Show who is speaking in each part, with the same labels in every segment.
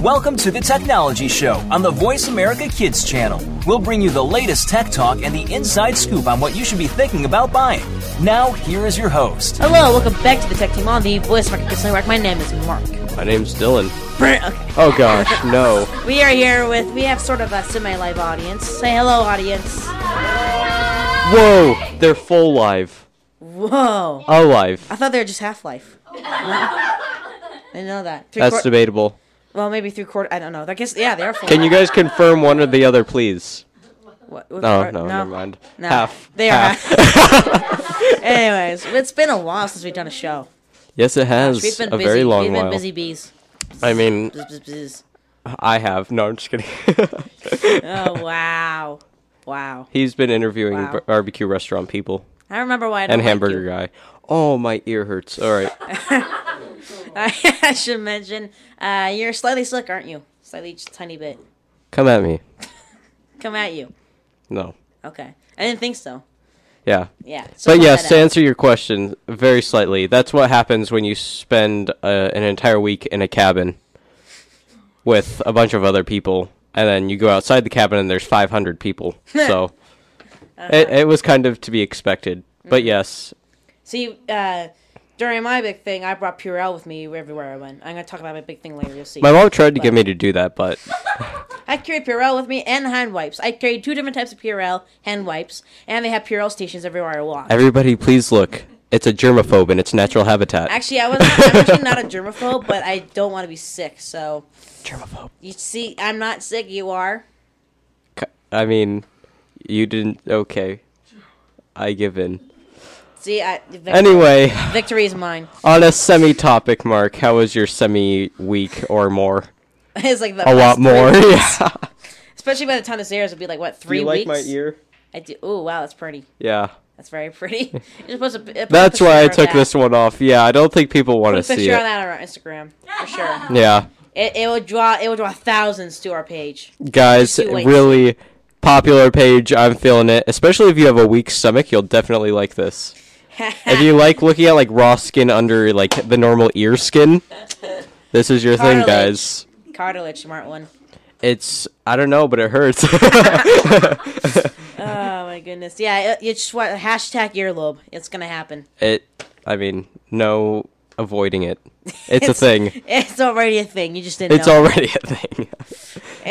Speaker 1: Welcome to the Technology Show on the Voice America Kids channel. We'll bring you the latest tech talk and the inside scoop on what you should be thinking about buying. Now, here is your host.
Speaker 2: Hello, welcome back to the Tech Team on the Voice Market Kids Network. My name is Mark.
Speaker 3: My name's Dylan.
Speaker 2: Okay.
Speaker 3: Oh gosh, no.
Speaker 2: We are here with, we have sort of a semi live audience. Say hello, audience.
Speaker 3: Whoa, they're full live.
Speaker 2: Whoa.
Speaker 3: Alive.
Speaker 2: I thought they were just half life. I know that. Three
Speaker 3: That's
Speaker 2: quar-
Speaker 3: debatable.
Speaker 2: well, maybe three quarter. I don't know. I guess, yeah, they are full.
Speaker 3: Can you guys confirm one or the other, please?
Speaker 2: What- what-
Speaker 3: No,
Speaker 2: or-
Speaker 3: no, never mind.
Speaker 2: No.
Speaker 3: Half.
Speaker 2: They are
Speaker 3: half.
Speaker 2: half. Anyways, it's been a while since we've done a show.
Speaker 3: Yes, it has.
Speaker 2: We've been
Speaker 3: a
Speaker 2: busy.
Speaker 3: very long
Speaker 2: we've
Speaker 3: while.
Speaker 2: been busy bees.
Speaker 3: I mean,
Speaker 2: Bzz, bzz, bzz.
Speaker 3: I have. No, I'm just kidding.
Speaker 2: Oh, wow. Wow.
Speaker 3: He's been interviewing
Speaker 2: Wow.
Speaker 3: bar- barbecue restaurant people
Speaker 2: I remember why I don't
Speaker 3: and
Speaker 2: like
Speaker 3: hamburger
Speaker 2: you.
Speaker 3: guy. Oh, my ear hurts. All right.
Speaker 2: I should mention, uh, you're slightly slick, aren't you? Slightly, just a tiny bit.
Speaker 3: Come at me.
Speaker 2: Come at you.
Speaker 3: No.
Speaker 2: Okay. I didn't think so.
Speaker 3: Yeah.
Speaker 2: Yeah. so
Speaker 3: But
Speaker 2: cut
Speaker 3: yes,
Speaker 2: that
Speaker 3: to
Speaker 2: out.
Speaker 3: answer your question very slightly, that's what happens when you spend uh, an entire week in a cabin with a bunch of other people, and then you go outside the cabin and there's 500 people. so it, it was kind of to be expected. But yes,
Speaker 2: See, uh, during my big thing, I brought Purell with me everywhere I went. I'm going to talk about my big thing later. You'll see.
Speaker 3: my mom tried to get me to do that, but
Speaker 2: I carried Purell with me and hand wipes. I carried two different types of Purell hand wipes, and they have Purell stations everywhere I walk.
Speaker 3: everybody, please look. It's a germaphobe in its natural habitat.
Speaker 2: Actually, I was I'm actually not a germaphobe, but I don't want to be sick. So
Speaker 3: germaphobe.
Speaker 2: you see, I'm not sick. You are.
Speaker 3: C- I mean, you didn't. Okay. I give in.
Speaker 2: See, I, vic-
Speaker 3: Anyway.
Speaker 2: victory is mine.
Speaker 3: On a semi topic, Mark, how was your semi week or more?
Speaker 2: it's like the
Speaker 3: A
Speaker 2: last
Speaker 3: lot
Speaker 2: three-
Speaker 3: more, yeah.
Speaker 2: Especially by the time this airs, it'll be like what three weeks.
Speaker 3: ear?
Speaker 2: I do. Oh wow, that's pretty.
Speaker 3: Yeah.
Speaker 2: That's very pretty. You're supposed to. p- uh, put a
Speaker 3: That's
Speaker 2: picture
Speaker 3: why I
Speaker 2: of
Speaker 3: took
Speaker 2: that.
Speaker 3: this one off. Yeah, I don't think people want
Speaker 2: Put
Speaker 3: to
Speaker 2: a
Speaker 3: see
Speaker 2: picture of
Speaker 3: it.
Speaker 2: that on our Instagram for sure.
Speaker 3: Yeah.
Speaker 2: It, it will draw. It will draw thousands to our page.
Speaker 3: Guys,
Speaker 2: two weeks.
Speaker 3: really popular page. I'm feeling it. Especially if you have a weak stomach, you'll definitely like this. if you like looking at like raw skin under like the normal ear skin, this is your
Speaker 2: Cartilage.
Speaker 3: thing, guys.
Speaker 2: Cartilage, smart one.
Speaker 3: It's I don't know, but it hurts.
Speaker 2: Oh my goodness. Yeah, it, it's what hashtag earlobe. It's gonna happen.
Speaker 3: it I mean, no avoiding it. It's a
Speaker 2: It's-
Speaker 3: thing.
Speaker 2: It's already a thing. You just didn't.
Speaker 3: It's
Speaker 2: know.
Speaker 3: already a thing.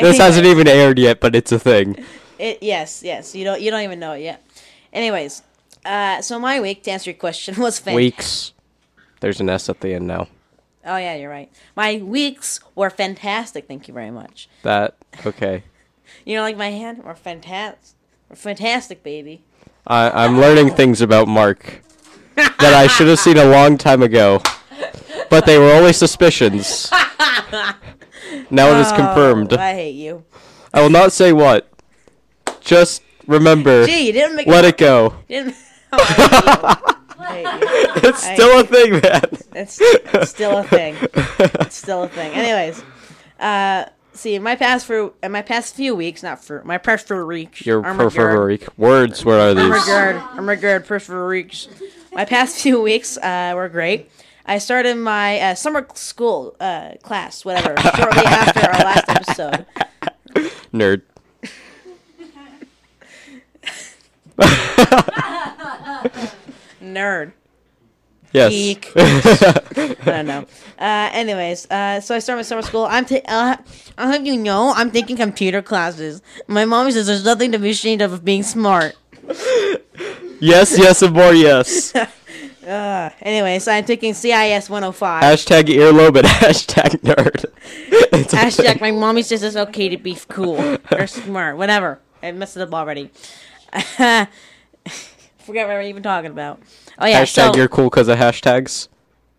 Speaker 3: this hasn't even aired yet, but it's a thing.
Speaker 2: It, yes, yes. You don't. You don't even know it yet. Anyways, uh, so my week to answer your question was fantastic.
Speaker 3: Weeks. There's an S at the end now.
Speaker 2: Oh yeah, you're right. My weeks were fantastic. Thank you very much.
Speaker 3: That okay.
Speaker 2: You know, like my hand were fantastic. Were fantastic, baby.
Speaker 3: I, I'm learning things about Mark that I should have seen a long time ago, but they were only suspicions. Now it is confirmed.
Speaker 2: I hate you.
Speaker 3: I will not say what. Just remember.
Speaker 2: Gee, you didn't make.
Speaker 3: Let it go.
Speaker 2: Didn't, oh, I hate you. I hate you.
Speaker 3: It's
Speaker 2: I-
Speaker 3: still a thing, man.
Speaker 2: It's, it's still a thing. It's still a thing. Anyways, uh, see, my past for uh, my past few weeks, not for my prefer weeks.
Speaker 3: Your
Speaker 2: oh my God.
Speaker 3: peripheral words. What are these?
Speaker 2: Armageddon, Armageddon, Peripheral Reach. My past few weeks uh, were great. I started my uh, summer school uh, class, whatever, shortly after our last episode.
Speaker 3: Nerd.
Speaker 2: Nerd.
Speaker 3: Yes.
Speaker 2: Geek. I don't know. Uh, anyways, uh, so I started my summer school. I'm ta- uh, I'll have you know, I'm taking computer classes. My mom says there's nothing to be ashamed of of being smart.
Speaker 3: Yes, yes, and more yes.
Speaker 2: Anyways, I'm taking CIS 105.
Speaker 3: hashtag earlobe and hashtag nerd. It's a
Speaker 2: Hashtag
Speaker 3: thing.
Speaker 2: my mommy says it's okay to be cool or smart, whatever. I messed it up already. Forget what we were even talking about. Oh yeah,
Speaker 3: hashtag
Speaker 2: so
Speaker 3: you're cool because of hashtags.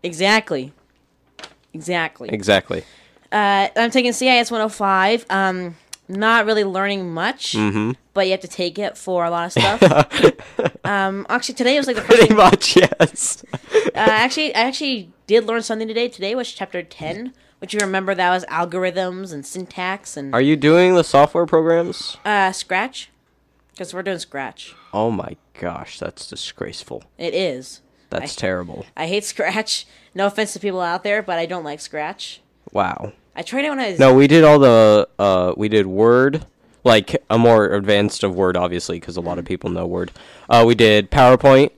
Speaker 2: exactly, exactly.
Speaker 3: Exactly.
Speaker 2: Uh, I'm taking CIS 105. Um, not really learning much,
Speaker 3: Mm-hmm.
Speaker 2: but you have to take it for a lot of stuff. um, actually, today was like the first.
Speaker 3: Pretty
Speaker 2: thing-
Speaker 3: much yes.
Speaker 2: Uh, actually, I actually did learn something today. Today was chapter 10, which you remember that was algorithms and syntax and
Speaker 3: Are you doing the software programs?
Speaker 2: uh, Scratch, because we're doing Scratch.
Speaker 3: Oh my gosh, that's disgraceful.
Speaker 2: It is.
Speaker 3: That's terrible.
Speaker 2: I hate Scratch. No offense to people out there, but I don't like Scratch.
Speaker 3: Wow.
Speaker 2: I tried it when I was
Speaker 3: No, we did all the uh, we did Word, like a more advanced of Word, obviously, because a lot of
Speaker 2: Mm.
Speaker 3: people know Word. Uh, we did PowerPoint,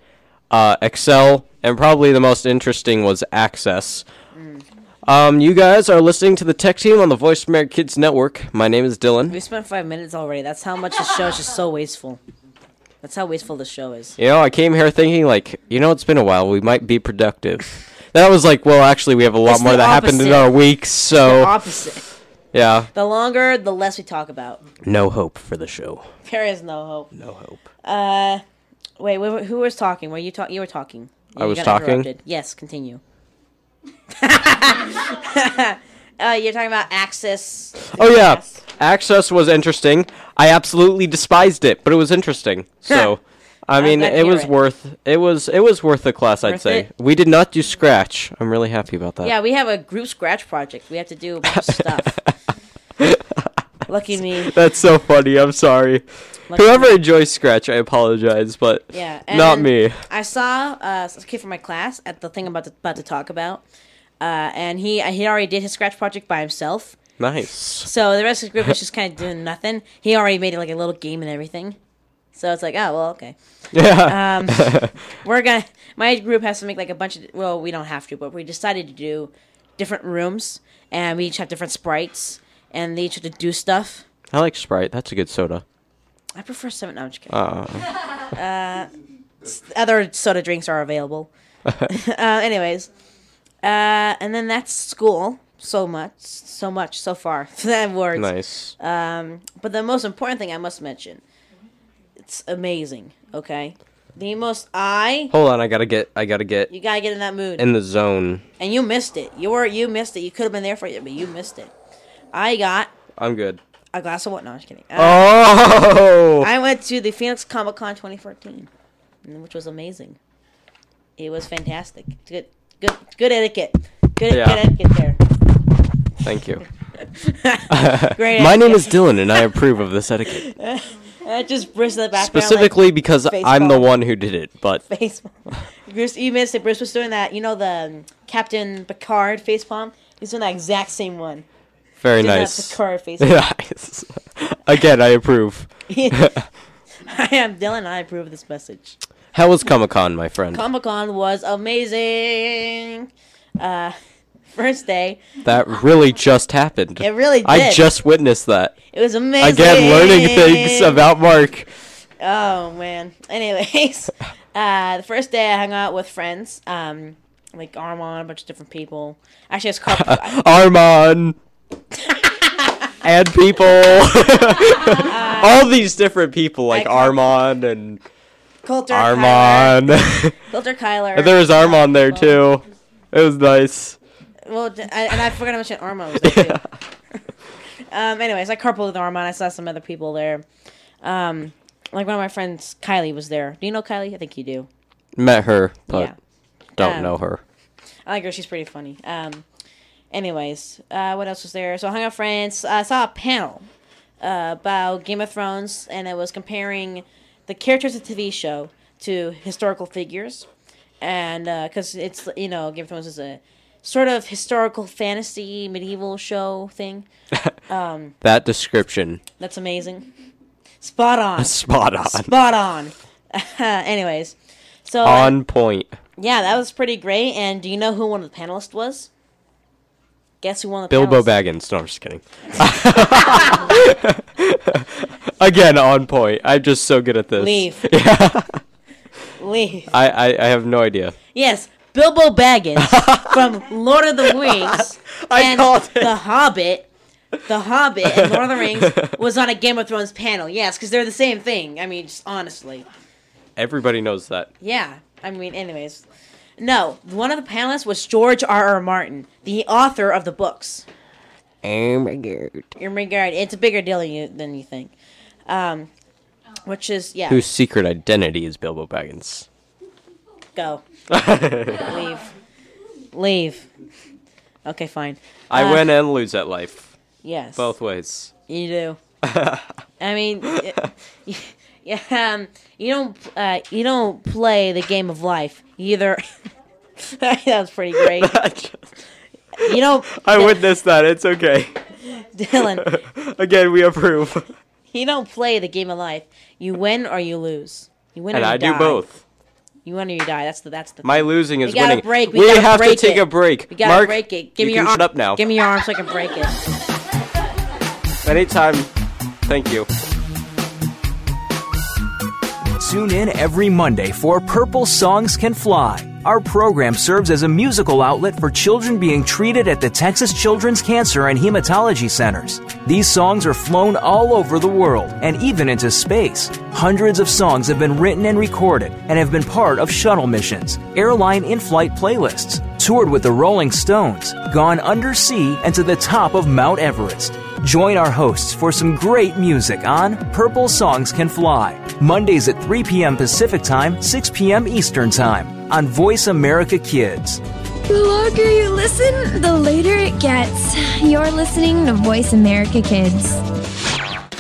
Speaker 3: uh, Excel, and probably the most interesting was Access.
Speaker 2: Mm.
Speaker 3: Um, you guys are listening to the Tech Team on the Voice of America Kids Network. My name is
Speaker 2: We
Speaker 3: Dylan.
Speaker 2: spent five minutes already. That's how much the show is just so wasteful. That's how wasteful the show is.
Speaker 3: You know, I came here thinking like, you know, it's been a while. We might be productive. That was like, well, actually, we have a lot
Speaker 2: It's
Speaker 3: more
Speaker 2: the
Speaker 3: that happened in
Speaker 2: opposite.
Speaker 3: our week,
Speaker 2: The
Speaker 3: so
Speaker 2: opposite.
Speaker 3: yeah,
Speaker 2: The longer, the less we talk about.
Speaker 3: no hope for the show.
Speaker 2: There is no hope.
Speaker 3: No hope.
Speaker 2: Uh, wait, wait, who was talking? Were you talking? You were talking.
Speaker 3: I
Speaker 2: You
Speaker 3: was
Speaker 2: got
Speaker 3: talking?
Speaker 2: interrupted. Yes, continue. uh, you're talking about access.
Speaker 3: Oh yeah,
Speaker 2: Yes.
Speaker 3: Access was interesting. I absolutely despised it, but it was interesting. So, I mean,
Speaker 2: glad to
Speaker 3: it
Speaker 2: hear
Speaker 3: was
Speaker 2: it.
Speaker 3: worth it was it was worth the class. I'd
Speaker 2: Worth
Speaker 3: say
Speaker 2: it?
Speaker 3: we did not do Scratch. I'm really happy about that.
Speaker 2: Yeah, we have a group scratch project. We have to do a bunch of stuff. Lucky me.
Speaker 3: That's so funny. I'm sorry.
Speaker 2: Lucky
Speaker 3: Whoever
Speaker 2: me.
Speaker 3: enjoys Scratch, I apologize, but
Speaker 2: Yeah,
Speaker 3: not
Speaker 2: and
Speaker 3: me.
Speaker 2: I saw uh, a kid from my class at the thing I'm about to, about to talk about, uh, and he he already did his scratch project by himself.
Speaker 3: Nice.
Speaker 2: So the rest of the group was just kind of doing nothing. He already made like a little game and everything. So it's like, oh well, okay.
Speaker 3: Yeah.
Speaker 2: Um, we're gonna. My group has to make like a bunch of. Well, we don't have to, but we decided to do different rooms, and we each have different sprites, and they each have to do stuff.
Speaker 3: I like Sprite. That's a good soda.
Speaker 2: I prefer seven. No, I'm just kidding. Uh. s- other soda drinks are available. uh, anyways, uh, and then that's school. So much, so much, so far. that words.
Speaker 3: Nice.
Speaker 2: uh, But the most important thing I must mention, it's amazing. Okay, the most I
Speaker 3: Hold on, I gotta get I gotta get
Speaker 2: you gotta get in that mood,
Speaker 3: in the zone.
Speaker 2: and you missed it. You were you missed it. You could have been there for it, but you missed it. I got
Speaker 3: I'm good.
Speaker 2: a glass of what? No, I'm just kidding. Uh,
Speaker 3: Oh.
Speaker 2: I went to the Phoenix Comic Con 2014, and- which was amazing. It was fantastic. Good, good, good etiquette. Good,
Speaker 3: Yeah.
Speaker 2: good etiquette there.
Speaker 3: Thank you.
Speaker 2: Great.
Speaker 3: My name
Speaker 2: etiquette.
Speaker 3: is Dylan, and I approve of this etiquette.
Speaker 2: Uh, just Bruce in the background.
Speaker 3: specifically because I'm the
Speaker 2: baseball.
Speaker 3: one who did it. But
Speaker 2: like, face. Bruce, you missed it. Bruce was doing that. You know the um, Captain Picard face palm. He's doing that exact same one.
Speaker 3: very
Speaker 2: Doing that
Speaker 3: nice.
Speaker 2: Picard face. palm.
Speaker 3: Nice. Again, I approve.
Speaker 2: I am Dylan. I approve of this message.
Speaker 3: How was Comic Con, my friend?
Speaker 2: Comic Con was amazing. Uh, first day,
Speaker 3: that really just happened.
Speaker 2: it really did.
Speaker 3: I just witnessed that.
Speaker 2: It was amazing.
Speaker 3: Again, learning things about Mark.
Speaker 2: Oh man. Anyways, uh, the first day I hung out with friends, um, like Armand, a bunch of different people. Actually, it's called. I,
Speaker 3: Armand. and people. All these different people, like
Speaker 2: I-
Speaker 3: Armand and
Speaker 2: Coulter Kyler.
Speaker 3: Armand. and
Speaker 2: Coulter Kyler.
Speaker 3: there was Armand there, too. It was nice.
Speaker 2: Well, d- I, and I forgot to mention Armand was there too. um, anyways, I carpooled with Armand. I saw some other people there. Um, like one of my friends, Kylie, was there. Do you know Kylie? I think you do.
Speaker 3: Met her, but
Speaker 2: yeah.
Speaker 3: don't
Speaker 2: Um,
Speaker 3: know her.
Speaker 2: I like her. She's pretty funny. Um, anyways, uh, what else was there? So I hung out with friends. I saw a panel uh, about Game of Thrones, and it was comparing the characters of the TV show to historical figures, and because it's you know Game of Thrones is a sort of historical fantasy medieval show thing.
Speaker 3: That description
Speaker 2: That's amazing. Spot on.
Speaker 3: spot on.
Speaker 2: Spot on. anyways, so uh,
Speaker 3: on point.
Speaker 2: yeah, that was pretty great. And do you know who one of the panelists was? Guess who won the
Speaker 3: Bilbo
Speaker 2: panelist?
Speaker 3: Baggins. No, I'm just kidding. Again, on point. I'm just so good at this.
Speaker 2: Leave. Leave.
Speaker 3: I, I, I have no idea.
Speaker 2: Yes, Bilbo Baggins from Lord of the Rings
Speaker 3: I
Speaker 2: and
Speaker 3: called it.
Speaker 2: The Hobbit. The Hobbit and Lord of the Rings was on a Game of Thrones panel. Yes, because they're the same thing. I mean, just honestly.
Speaker 3: Everybody knows that.
Speaker 2: Yeah. I mean, anyways. No, one of the panelists was George R. R. Martin, the author of the books.
Speaker 3: Oh my god.
Speaker 2: You're regard it's a bigger deal than you, than you think. Um, which is yeah.
Speaker 3: Whose secret identity is Bilbo Baggins?
Speaker 2: go. Leave. Leave. Okay, fine.
Speaker 3: I
Speaker 2: Uh,
Speaker 3: win and lose at life.
Speaker 2: Yes.
Speaker 3: Both ways.
Speaker 2: You do. I mean, y- yeah, um, you don't uh, you don't play the game of life either. that was pretty great. You know,
Speaker 3: I witnessed that. It's okay.
Speaker 2: Dylan,
Speaker 3: Again, we approve.
Speaker 2: you don't play the game of life. You win or you lose. You win
Speaker 3: And
Speaker 2: or you
Speaker 3: I do
Speaker 2: die.
Speaker 3: both.
Speaker 2: You win or you die. That's the that's the.
Speaker 3: My losing is
Speaker 2: We gotta
Speaker 3: winning.
Speaker 2: break, we
Speaker 3: we
Speaker 2: gotta
Speaker 3: have
Speaker 2: break
Speaker 3: to take
Speaker 2: it.
Speaker 3: a break.
Speaker 2: we gotta
Speaker 3: Mark,
Speaker 2: break it. Give
Speaker 3: you
Speaker 2: me your
Speaker 3: can
Speaker 2: arm.
Speaker 3: shut up now.
Speaker 2: Give me your arm so I can break it.
Speaker 3: Anytime. Thank you.
Speaker 4: Tune in every Monday for Purple Songs Can Fly. Our program serves as a musical outlet for children being treated at the Texas Children's Cancer and Hematology Centers. These songs are flown all over the world and even into space. Hundreds of songs have been written and recorded and have been part of shuttle missions, airline in flight playlists, toured with the Rolling Stones, gone undersea, and to the top of Mount Everest. Join our hosts for some great music on Purple Songs Can Fly, Mondays at 3 p.m. Pacific Time, 6 p.m. Eastern Time on Voice America Kids.
Speaker 5: The longer you listen, the later it gets. You're listening to Voice America Kids.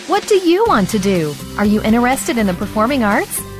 Speaker 6: What do you want to do? Are you interested in the performing arts?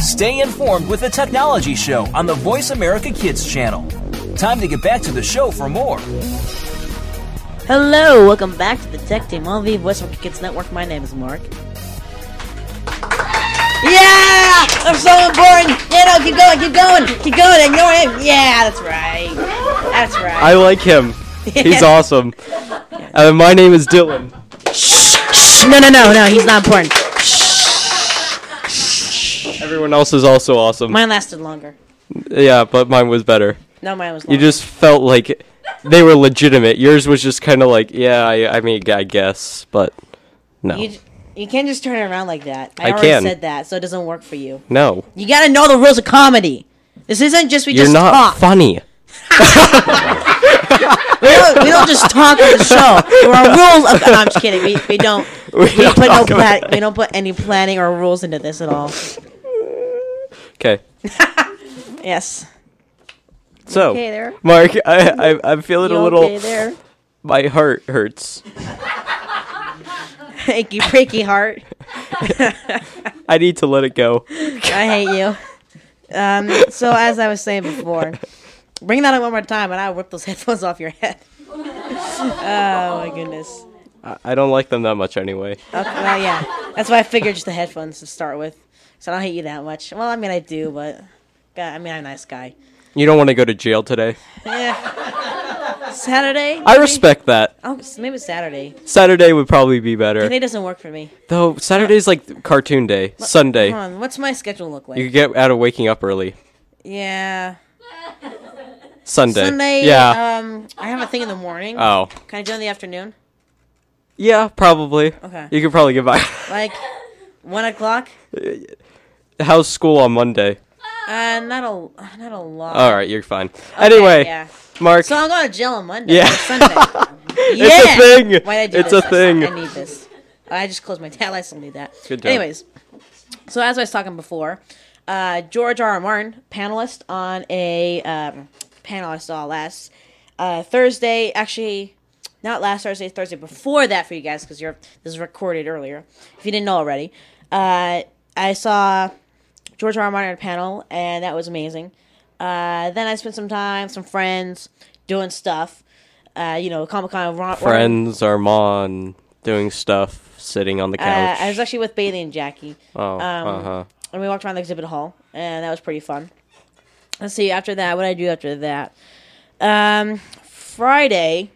Speaker 4: Stay informed with the Technology Show on the Voice America Kids channel. Time to get back to the show for more.
Speaker 2: Hello, welcome back to the Tech Team on the Voice of Kids Network. My name is Mark. Yeah, I'm so important. Yeah, no, keep going, keep going, keep going. Ignore him. Yeah, that's right. That's right.
Speaker 3: I like him. He's awesome. And my name is Dylan.
Speaker 2: No, no, no, no. He's not important.
Speaker 3: Everyone else is also awesome.
Speaker 2: Mine lasted longer.
Speaker 3: yeah, but mine was better.
Speaker 2: No, mine was
Speaker 3: You
Speaker 2: longer.
Speaker 3: just felt like they were legitimate. Yours was just kind of like, yeah, I, I mean, I guess, but no,
Speaker 2: You, j- you can't just turn it around like that. I,
Speaker 3: I
Speaker 2: already
Speaker 3: can.
Speaker 2: said that, so it doesn't work for you.
Speaker 3: no,
Speaker 2: You gotta know the rules of comedy. This isn't just we
Speaker 3: you're
Speaker 2: just
Speaker 3: not
Speaker 2: talk.
Speaker 3: funny.
Speaker 2: We don't, we don't just talk on the show. There are rules. Of, no, I'm just kidding. We, we don't. We,
Speaker 3: don't
Speaker 2: put no
Speaker 3: talk
Speaker 2: pla-
Speaker 3: about
Speaker 2: We don't put any planning or rules into this at all.
Speaker 3: Okay,
Speaker 2: Yes.
Speaker 3: so
Speaker 2: Okay, there.
Speaker 3: Mark, I, I I'm feeling a little.
Speaker 2: okay there?
Speaker 3: My heart hurts.
Speaker 2: Thank you, Freaky Heart.
Speaker 3: I need to let it go.
Speaker 2: I hate you. Um, so as I was saying before, bring that up one more time, and I'll rip those headphones off your head. oh my goodness.
Speaker 3: I, I don't like them that much anyway.
Speaker 2: Okay, well, yeah. That's why I figured just the headphones to start with. So I don't hate you that much. Well, I mean, I do, but God, I mean, I'm a nice guy.
Speaker 3: You don't want to go to jail today.
Speaker 2: Saturday?
Speaker 3: I respect that.
Speaker 2: Oh, s- maybe it's Saturday.
Speaker 3: Saturday would probably be better.
Speaker 2: Today doesn't work for me.
Speaker 3: Though Saturday's like cartoon day. Sunday.
Speaker 2: Hold on, what's my schedule look like?
Speaker 3: You could get out of waking up early.
Speaker 2: yeah.
Speaker 3: Sunday.
Speaker 2: Sunday,
Speaker 3: Yeah.
Speaker 2: um, I have a thing in the morning.
Speaker 3: oh.
Speaker 2: Can I do it in the afternoon?
Speaker 3: Yeah, probably.
Speaker 2: Okay.
Speaker 3: You could probably get by.
Speaker 2: Like, 1 o'clock?
Speaker 3: How's school on Monday?
Speaker 2: Uh, not a, not a lot.
Speaker 3: All right, you're fine. anyway,
Speaker 2: Yeah.
Speaker 3: Mark,
Speaker 2: So I'm going to jail on Monday.
Speaker 3: Yeah.
Speaker 2: or Sunday. yeah.
Speaker 3: it's a thing.
Speaker 2: Why did I do
Speaker 3: it's
Speaker 2: this?
Speaker 3: a thing.
Speaker 2: I need this. Oh, I just closed my tab. I still need that.
Speaker 3: Good job.
Speaker 2: Anyways, so as I was talking before, uh, George R. R. Martin, panelist on a um, panelist all last uh, Thursday. Actually, not last Thursday, Thursday before that for you guys because you're this is recorded earlier. If you didn't know already, uh, I saw George R. R. Martin on a panel, and that was amazing. Uh, then I spent some time, some friends, doing stuff. Uh, you know, Comic Con.
Speaker 3: friends, Armand, doing stuff, sitting on the
Speaker 2: Uh,
Speaker 3: couch.
Speaker 2: I was actually with Bailey and Jackie.
Speaker 3: oh,
Speaker 2: um,
Speaker 3: uh-huh.
Speaker 2: and we walked around the exhibit hall, and that was pretty fun. Let's see. After that, what did I do after that? Um, Friday.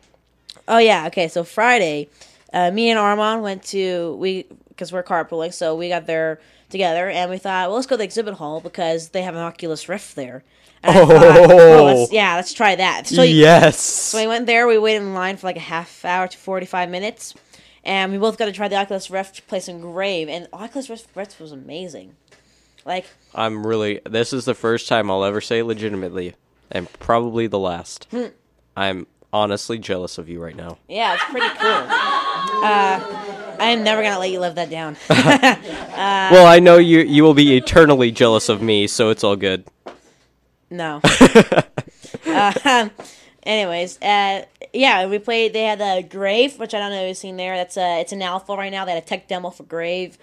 Speaker 2: Oh yeah. Okay. So Friday, uh, me and Armand went to we because we're carpooling, so we got there together, and we thought, well, let's go to the exhibit hall because they have an Oculus Rift there. And I thought,
Speaker 3: Oh.
Speaker 2: let's- yeah, let's try that. So you-
Speaker 3: yes.
Speaker 2: so we went there. We waited in line for like a half hour to forty-five minutes, and we both got to try the Oculus Rift, play some Grave, and Oculus Rift, Rift was amazing. Like,
Speaker 3: I'm really. This is the first time I'll ever say legitimately, and probably the last. I'm honestly jealous of you right now.
Speaker 2: Hmm. Yeah, it's pretty cool. Uh, I am never gonna let you live that down.
Speaker 3: well, I know you you will be eternally jealous of me, so it's all good.
Speaker 2: No. uh, anyways, uh, yeah, we played. They had the Grave, which I don't know if you've seen there. That's uh it's an alpha right now. They had a tech demo for Grave,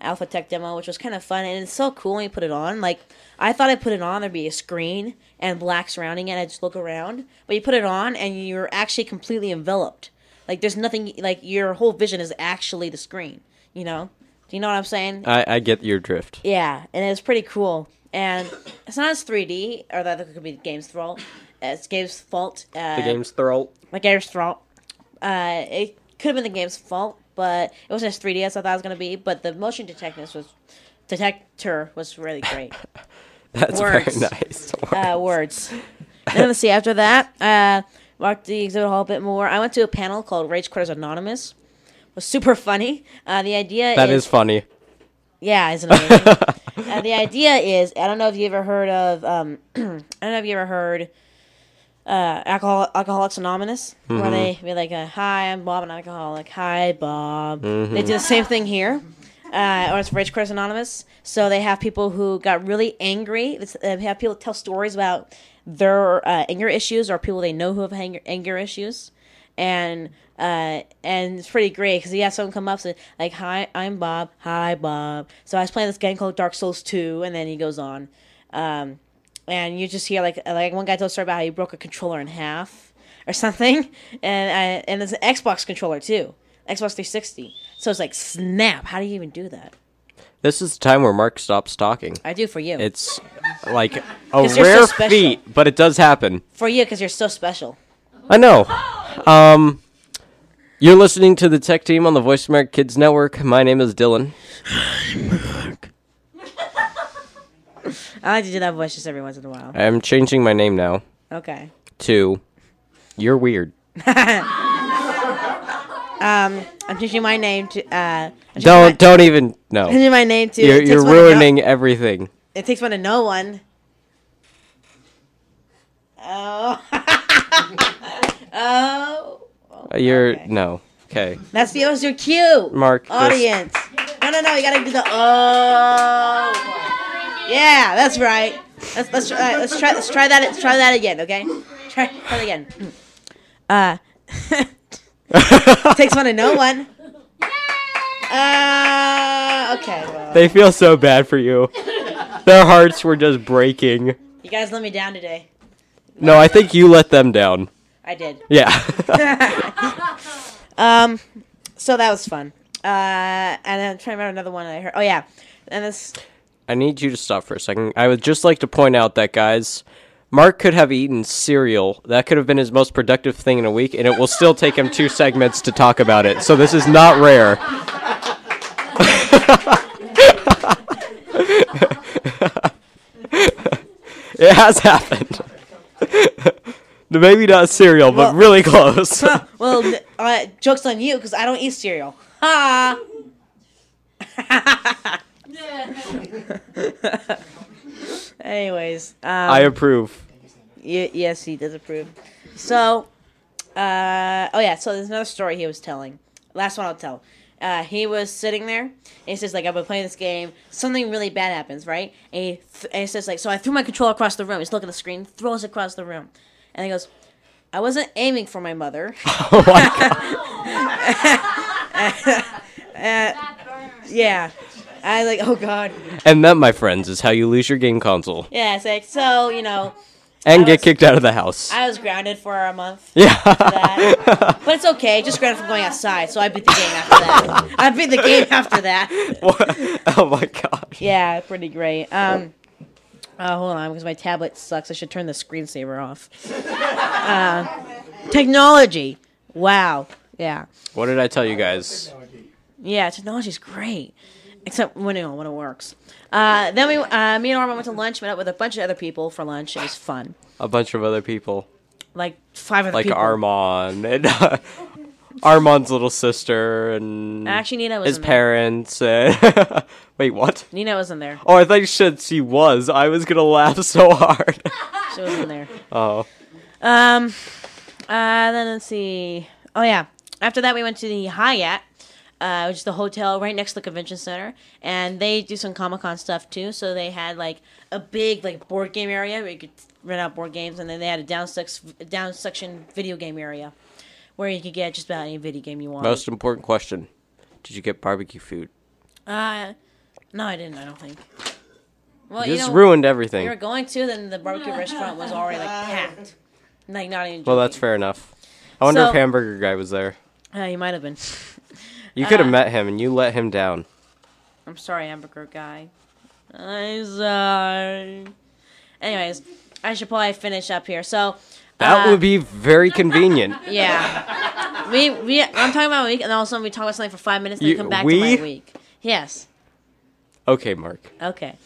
Speaker 2: alpha tech demo, which was kind of fun, and it's so cool when you put it on. Like I thought I put it on, there'd be a screen and black surrounding it. and I just look around, but you put it on, and you're actually completely enveloped. Like there's nothing. Like your whole vision is actually the screen. You know? Do you know what I'm saying?
Speaker 3: I, I get your drift.
Speaker 2: Yeah, and it's pretty cool. And it's not as 3D, or that could be game's fault. It's game's fault. Uh,
Speaker 3: The game's throat.
Speaker 2: my game's fault. Uh, it could have been the game's fault, but it wasn't as 3D as I thought it was gonna be. But the motion detectness was detector was really great.
Speaker 3: That's
Speaker 2: Words.
Speaker 3: very nice.
Speaker 2: uh, words. And let's see. After that, uh, walked the exhibit hall a bit more. I went to a panel called Rage Quarters Anonymous. It was super funny. Uh, the idea
Speaker 3: that
Speaker 2: is
Speaker 3: is funny.
Speaker 2: Yeah, isn't it? amazing? uh, the idea is I don't know if you ever heard of um, I don't know if you ever heard uh, alcohol Alcoholics Anonymous, where they be like, uh, "Hi, I'm Bob, an alcoholic. Hi, Bob." They do the same thing here, uh, or it's Rage Cross Anonymous. So they have people who got really angry. It's- uh, They have people tell stories about their uh, anger issues or people they know who have anger, anger issues and uh, and it's pretty great because he had someone come up and like, "Hi, I'm Bob. Hi, Bob." So I was playing this game called Dark Souls Two, and then he goes on, um, and you just hear like uh, like one guy tells a story about how he broke a controller in half or something, and I, and there's an Xbox controller too, Xbox 360. So it's like, snap! How do you even do that?
Speaker 3: This is the time where Mark stops talking.
Speaker 2: I do for you.
Speaker 3: It's like a
Speaker 2: you're so
Speaker 3: rare
Speaker 2: special.
Speaker 3: feat, but it does happen.
Speaker 2: for you because you're so special.
Speaker 3: I know. Um, you're listening to the Tech Team on the Voice America Kids Network. My name is Dylan.
Speaker 2: I like to do that voice just every once in a while.
Speaker 3: I'm changing my name now
Speaker 2: Okay.
Speaker 3: to You're Weird.
Speaker 2: I'm changing my name to. Uh, I'm
Speaker 3: Don't don't even no.
Speaker 2: changing my name to.
Speaker 3: You're
Speaker 2: It Takes
Speaker 3: you're
Speaker 2: One to Know-
Speaker 3: ruining everything.
Speaker 2: It takes one to know one. Oh. oh.
Speaker 3: You're
Speaker 2: Okay.
Speaker 3: no. Okay.
Speaker 2: That's the was your cue.
Speaker 3: Mark, this-
Speaker 2: Audience. No, no, no. You gotta do the oh. Yeah, that's right. Let's let's try uh, let's try let's try that let's try that again. Okay. Try try that again. Uh. takes one to know one. Uh. Okay. Well,
Speaker 3: They feel so bad for you. Their hearts were just breaking.
Speaker 2: you guys let me down today.
Speaker 3: No, I think you let them down.
Speaker 2: I did.
Speaker 3: Yeah.
Speaker 2: Um, so that was fun. Uh, and I'm trying to remember another one I heard. Oh yeah, and this
Speaker 3: I need you to stop for a second. I would just like to point out that guys, Mark could have eaten cereal. That could have been his most productive thing in a week, and it will still take him two segments to talk about it. So this is not rare. it has happened. Maybe not cereal, but
Speaker 2: Well-
Speaker 3: really close.
Speaker 2: well, n- uh, jokes on you because I don't eat cereal. Ha! Anyways, um,
Speaker 3: I approve.
Speaker 2: Y- yes, he does approve. So, uh, oh yeah, so there's another story he was telling. Last one I'll tell. Uh, he was sitting there, and he says, like, I've been playing this game. Something really bad happens, right? And he, th- and he says, like, so I threw my controller across the room. He's looking at the screen, throws it across the room. And he goes, I wasn't aiming for my mother.
Speaker 3: Oh my god.
Speaker 2: yeah. I was like, oh, God.
Speaker 3: And that, my friends, is how you lose your game console
Speaker 2: Yeah, it's like, so, you know,
Speaker 3: and get
Speaker 2: was-
Speaker 3: kicked out of the house.
Speaker 2: I was grounded for a month.
Speaker 3: yeah.
Speaker 2: that. But it's okay, just grounded from going outside, so I beat the game after that. I beat the game after that.
Speaker 3: oh my gosh.
Speaker 2: Yeah, pretty great. Um, oh, hold on, because my tablet sucks. I should turn the screensaver off. Uh, technology. Wow. Yeah.
Speaker 3: What did I tell you guys?
Speaker 2: Yeah, technology's great. Except when it, when it works. Uh, then we, uh, me and Norman went to lunch, met up with a bunch of other people for lunch. It was fun.
Speaker 3: A bunch of other people,
Speaker 2: Like five other
Speaker 3: like
Speaker 2: people.
Speaker 3: Armand and uh, Armand's little sister and
Speaker 2: Actually, Nina was
Speaker 3: his
Speaker 2: in
Speaker 3: parents. And Wait, what?
Speaker 2: there. Nina was in there.
Speaker 3: Oh, I thought you said she was. I was gonna laugh so hard.
Speaker 2: She was in there.
Speaker 3: oh,
Speaker 2: Um, Uh, then let's see. Oh yeah. After that, we went to the Hyatt, uh, which is the hotel right next to the convention center, and they do some Comic Con stuff too. So they had like a big like board game area where you could rent out board games, and then they had a down sex down section video game area where you could get just about any video game you want.
Speaker 3: Most important question: Did you get barbecue food?
Speaker 2: Uh, no, I didn't. I don't think. Well,
Speaker 3: This
Speaker 2: know,
Speaker 3: ruined
Speaker 2: We were
Speaker 3: everything.
Speaker 2: going to, then the barbecue restaurant was already like packed. Like not even.
Speaker 3: Well, that's
Speaker 2: joking.
Speaker 3: fair enough. I wonder
Speaker 2: So-
Speaker 3: if hamburger guy was there.
Speaker 2: Uh, you might have been.
Speaker 3: You could
Speaker 2: Uh,
Speaker 3: have met him, and you let him down.
Speaker 2: I'm sorry, hamburger guy. I'm sorry. Anyways, I should probably finish up here. So,
Speaker 3: That
Speaker 2: uh,
Speaker 3: would be very convenient.
Speaker 2: yeah. We we I'm talking about a week, and all of a sudden we talk about something for five minutes, and
Speaker 3: You-
Speaker 2: come back to
Speaker 3: we?
Speaker 2: my week. Yes.
Speaker 3: Okay, Mark.
Speaker 2: Okay.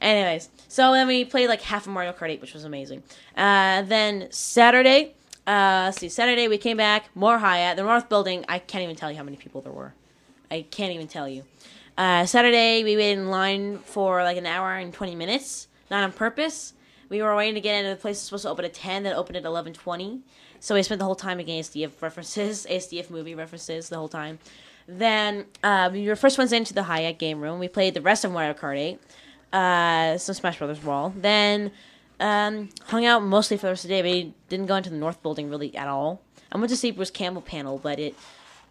Speaker 2: Anyways, so then we played like half of Mario Kart 8, which was amazing. Uh, then Saturday, uh, let's see, Saturday we came back, more Hyatt, the North Building. I can't even tell you how many people there were. I can't even tell you. Uh, Saturday we waited in line for like an hour and 20 minutes, not on purpose. We were waiting to get into the place that was supposed to open at 10, that opened at 11.20. So we spent the whole time making SDF references, SDF movie references the whole time. Then uh, we were first ones into the Hyatt game room. We played the rest of Mario Kart 8 uh, some Smash Brothers Brawl. Then um, hung out mostly for the rest of the day, but he didn't go into the North Building really at all. I went to see Bruce Campbell panel, but it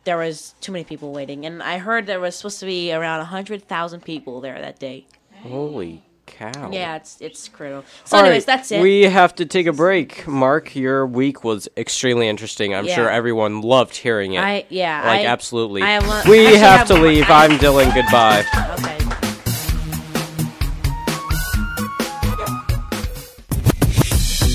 Speaker 2: there was too many people waiting, and I heard there was supposed to be around hundred thousand people there that day.
Speaker 3: Holy cow.
Speaker 2: Yeah, it's it's critical. So,
Speaker 3: All
Speaker 2: anyways,
Speaker 3: right,
Speaker 2: that's it.
Speaker 3: We have to take a break. Mark, your week was extremely interesting. I'm
Speaker 2: Yeah.
Speaker 3: sure everyone loved hearing it.
Speaker 2: I yeah,
Speaker 3: like
Speaker 2: I,
Speaker 3: absolutely.
Speaker 2: I want-
Speaker 3: we
Speaker 2: I should
Speaker 3: have,
Speaker 2: have
Speaker 3: to
Speaker 2: one-
Speaker 3: leave.
Speaker 2: I-
Speaker 3: I'm Dylan. Goodbye.
Speaker 2: Okay.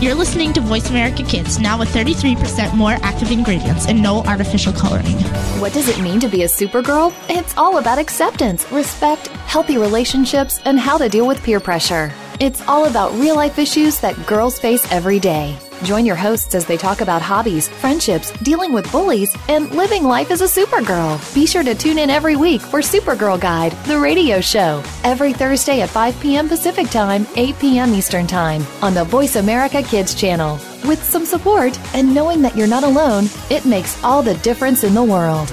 Speaker 7: You're listening to Voice America Kids, now with 33% more active ingredients and no artificial coloring.
Speaker 6: What does it mean to be a supergirl? It's all about acceptance, respect, healthy relationships, and how to deal with peer pressure. It's all about real life issues that girls face every day. Join your hosts as they talk about hobbies, friendships, dealing with bullies, and living life as a supergirl. Be sure to tune in every week for Supergirl Guide, the radio show, every Thursday at 5 p.m. Pacific Time, 8 p.m. Eastern Time on the Voice America Kids channel. With some support and knowing that you're not alone, it makes all the difference in the world.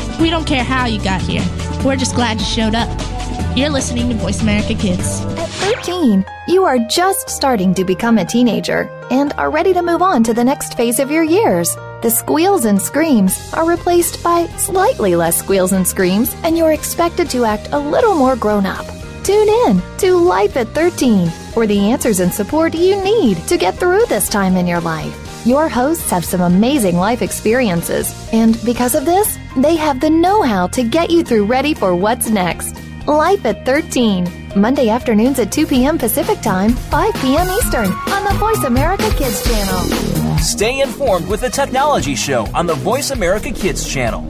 Speaker 7: We don't care how you got here. We're just glad you showed up. You're listening to Voice America Kids.
Speaker 6: At 13, you are just starting to become a teenager and are ready to move on to the next phase of your years. The squeals and screams are replaced by slightly less squeals and screams, and you're expected to act a little more grown up. Tune in to Life at 13 for the answers and support you need to get through this time in your life. Your hosts have some amazing life experiences, and because of this, they have the know how to get you through ready for what's next. Life at 13. Monday afternoons at 2 p.m. Pacific Time, 5 p.m. Eastern on the Voice America Kids channel.
Speaker 1: Stay informed with the Technology Show on the Voice America Kids channel.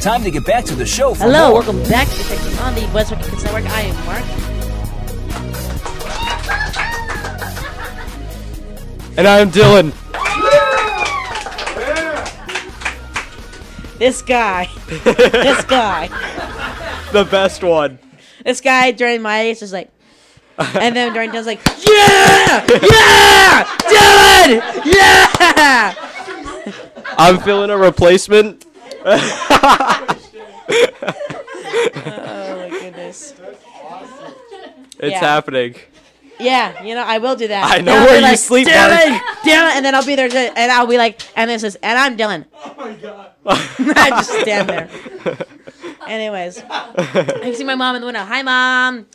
Speaker 1: Time to get back to the show for
Speaker 2: Hello,
Speaker 1: more.
Speaker 2: welcome back to the Tech- on the West Kids Network. I am Mark.
Speaker 3: And I'm Dylan.
Speaker 2: This guy, this guy,
Speaker 3: The best one.
Speaker 2: this guy during my age is like, and then during Dylan's like,
Speaker 3: I'm filling a replacement.
Speaker 2: oh my goodness.
Speaker 3: It's
Speaker 2: Yeah.
Speaker 3: happening.
Speaker 2: Yeah, you know, I will do that.
Speaker 3: I know
Speaker 2: And I'll
Speaker 3: where
Speaker 2: be
Speaker 3: you sleep, Mark.
Speaker 2: Dylan, Dylan, and then I'll be there, to- and I'll be like, and this is, and I'm Dylan. Oh my god! I just stand there. Anyways, I can see my mom in the window. Hi, mom.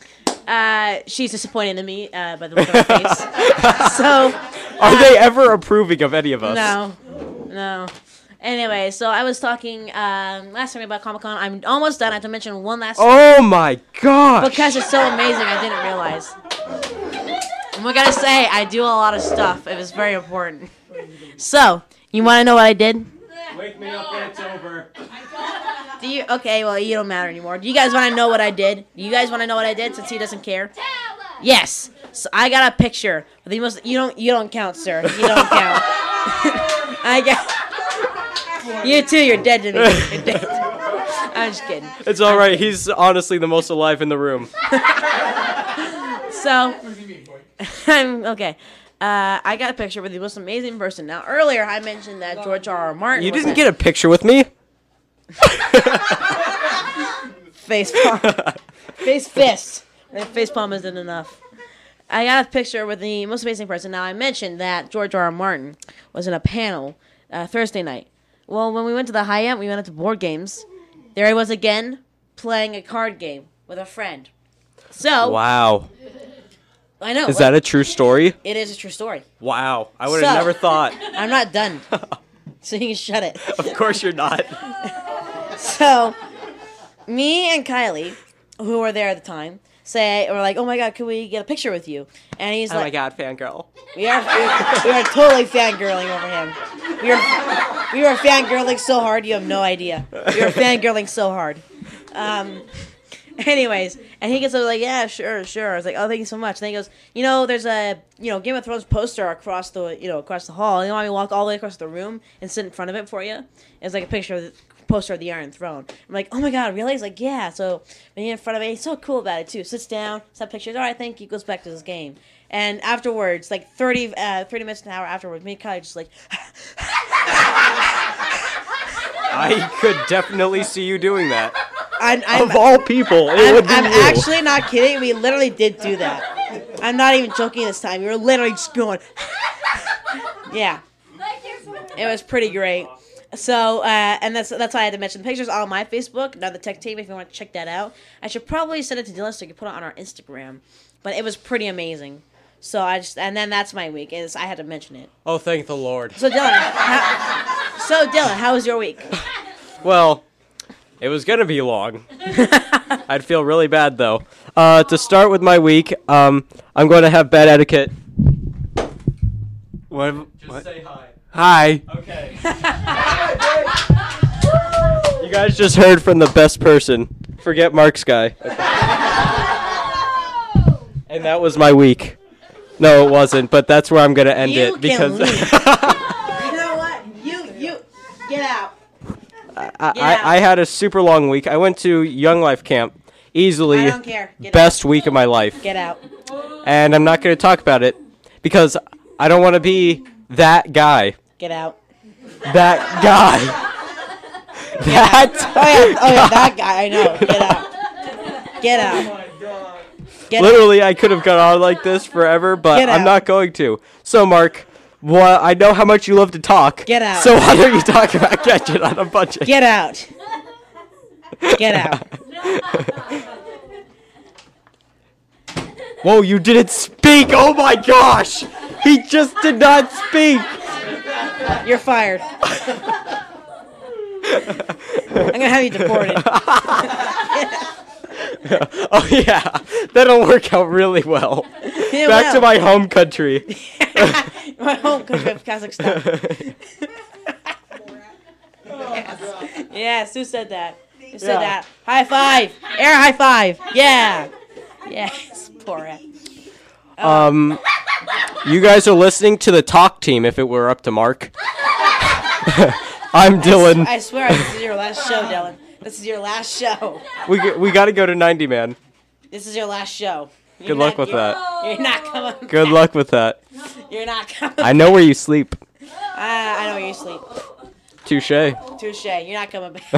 Speaker 2: Uh, she's disappointed in me uh, by the look on her face. so
Speaker 3: Are they ever approving of any of us?
Speaker 2: no, no. Anyway, so I was talking um, last time about Comic Con. I'm almost done. I have to mention one last
Speaker 3: Oh my gosh.
Speaker 2: because it's so amazing. I didn't realize. And we gotta say, I do a lot of stuff. It was very important. So, you want to know what I did?
Speaker 3: Wake me up when it's over.
Speaker 2: Do you? Okay, well, you don't matter anymore. Do you guys want to know what I did? Do you guys want to know what I did? Since he doesn't care. Yes. So I got a picture. The most. You don't. You don't count, sir. You don't count. I got. You too. You're dead to me. You're dead. I'm just kidding.
Speaker 3: It's all right. He's honestly the most alive in the room.
Speaker 2: So, I'm okay. Uh, I got a picture with the most amazing person. Now, earlier I mentioned that George R. R. Martin.
Speaker 3: You
Speaker 2: was
Speaker 3: didn't get a picture with me.
Speaker 2: face palm. face fist. That face palm isn't enough. I got a picture with the most amazing person. Now I mentioned that George R. R. Martin was in a panel uh, Thursday night. Well, when we went to the high end, we went up to board games. There he was again playing a card game with a friend. So
Speaker 3: Wow.
Speaker 2: I know
Speaker 3: Is that a true story?
Speaker 2: it is a true story.
Speaker 3: Wow. I would have
Speaker 2: So-
Speaker 3: never thought.
Speaker 2: I'm not done, so you can shut it.
Speaker 3: Of course you're not.
Speaker 2: So, me and Kylie, who were there at the time, say, we're like, oh my god, could we get a picture with you? And he's like,
Speaker 3: god, fangirl.
Speaker 2: we are, we, we are totally fangirling over him. We are, we are fangirling so hard, you have no idea. We are fangirling so hard. Um, anyways, and he gets up like, yeah, sure, sure. I was like, oh, thank you so much. And then he goes, you know, there's a, you know, Game of Thrones poster across the, you know, across the hall. You want me to walk all the way across the room and sit in front of it for you? It's like a picture of the poster of the Iron Throne. I'm like, oh my god, really? He's like, yeah. So me in front of it, he's so cool about it too. Sits down, sets up pictures. All right, thank you. Goes back to his game. And afterwards, like 30, uh, 30 minutes an hour afterwards, me and Kylie just like,
Speaker 3: I could definitely see you doing that.
Speaker 2: I'm, I'm,
Speaker 3: Of all people, it
Speaker 2: I'm,
Speaker 3: would be
Speaker 2: I'm
Speaker 3: you.
Speaker 2: actually not kidding. We literally did do that. I'm not even joking this time. We were literally just going. yeah. It was pretty great. So, uh, and that's that's why I had to mention the pictures on my Facebook. Now the tech team, if you want to check that out, I should probably send it to Dylan so you can put it on our Instagram. But it was pretty amazing. So I just and then that's my week is I had to mention it.
Speaker 3: oh, thank the Lord.
Speaker 2: So Dylan, how, so Dylan, how was your week?
Speaker 3: Well, it was gonna be long. I'd feel really bad though. Uh, to start with my week, um, I'm going to have bad etiquette. What? Just say hi. Hi. Okay. you You guys just heard from the best person. Forget Mark's guy. and that was my week. No, it wasn't, but that's where I'm gonna end
Speaker 2: You
Speaker 3: it
Speaker 2: can
Speaker 3: because
Speaker 2: leave. You know what? You you get out. out.
Speaker 3: I, I had a super long week. I went to Young Life Camp. Easily
Speaker 2: I don't care. Get out.
Speaker 3: best week of my life.
Speaker 2: Get out.
Speaker 3: And I'm not gonna talk about it because I don't wanna be that guy.
Speaker 2: Get out.
Speaker 3: That guy. that
Speaker 2: Oh yeah, oh yeah, that guy. I know. Get out. Get out. Get out.
Speaker 3: Literally, I could have gone on like this forever, but
Speaker 2: Get
Speaker 3: I'm
Speaker 2: out.
Speaker 3: not going to. So, Mark, well, I know how much you love to talk.
Speaker 2: Get out.
Speaker 3: So, why don't you talk about catching on a budget?
Speaker 2: Get out. Get out.
Speaker 3: Whoa, you didn't speak! Oh my gosh! He just did not speak!
Speaker 2: You're fired. I'm gonna have you deported.
Speaker 3: Oh, yeah. That'll work out really well.
Speaker 2: Yeah,
Speaker 3: Back to
Speaker 2: well,
Speaker 3: my home country.
Speaker 2: my home country of Kazakhstan. yes. yes, who said that? Who said that? High five! Air high five! Yeah! Yes, poor ass.
Speaker 3: You guys are listening to the talk team if it were up to Mark. I'm Dylan.
Speaker 2: I swear this is your last show, Dylan. This is your last show.
Speaker 3: We, g- we gotta go to 90 Man.
Speaker 2: This is your last show. You're
Speaker 3: Good luck
Speaker 2: not-
Speaker 3: with
Speaker 2: you're-
Speaker 3: that.
Speaker 2: You're not coming.
Speaker 3: Good luck with that.
Speaker 2: You're not coming. Ah,
Speaker 3: I know where you sleep.
Speaker 2: I, I know where you sleep.
Speaker 3: Touche.
Speaker 2: Touche. You're not coming back.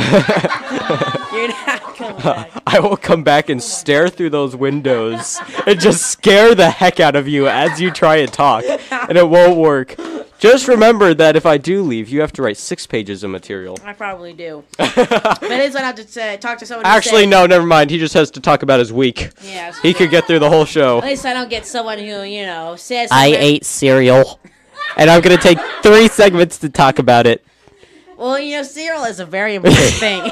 Speaker 2: you're not coming back.
Speaker 3: I will come back and stare through those windows and just scare the heck out of you as you try and talk, and it won't work. Just remember that if I do leave, you have to write six pages of material.
Speaker 2: I probably do. but it's not have to say, talk to someone. who
Speaker 3: Actually,
Speaker 2: said-
Speaker 3: no, never mind. He just has to talk about his week.
Speaker 2: Yes.
Speaker 3: He could get through the whole show.
Speaker 2: At least I don't get someone who you know says.
Speaker 3: I
Speaker 2: something-
Speaker 3: ate cereal. And I'm going to take three segments to talk about it.
Speaker 2: Well, you know, cereal is a very important thing.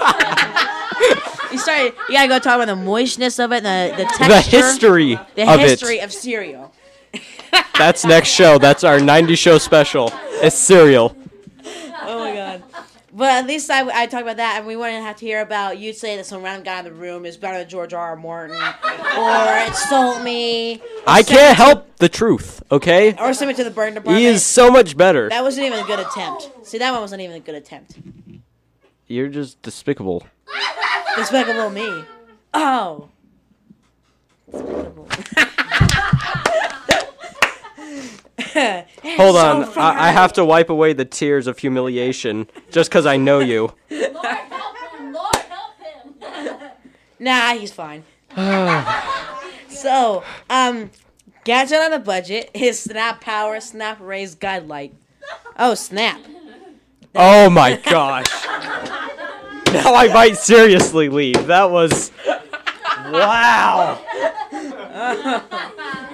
Speaker 2: you start. You gotta go talk about the moistness of it, the the texture,
Speaker 3: The history
Speaker 2: the
Speaker 3: of
Speaker 2: history
Speaker 3: it.
Speaker 2: of cereal.
Speaker 3: That's next show. That's our 90 show special. It's cereal.
Speaker 2: Oh my god. But at least I, I talked about that, and we wouldn't have to hear about you say that some random guy in the room is better than George R. R. Martin, or insult me,
Speaker 3: I can't help the truth, okay?
Speaker 2: or send me to the burn department.
Speaker 3: He is so much better.
Speaker 2: That wasn't even a good attempt. See, that one wasn't even a good attempt.
Speaker 3: You're just despicable.
Speaker 2: Despicable me. Oh.
Speaker 3: Hold on, I, I have to wipe away the tears of humiliation just because I know you.
Speaker 2: Nah, he's fine. so, um, gadget on a budget is Snap Power Snap Raise Guidelight. Oh, snap.
Speaker 3: Oh my gosh. Now I might seriously leave. That was. Wow.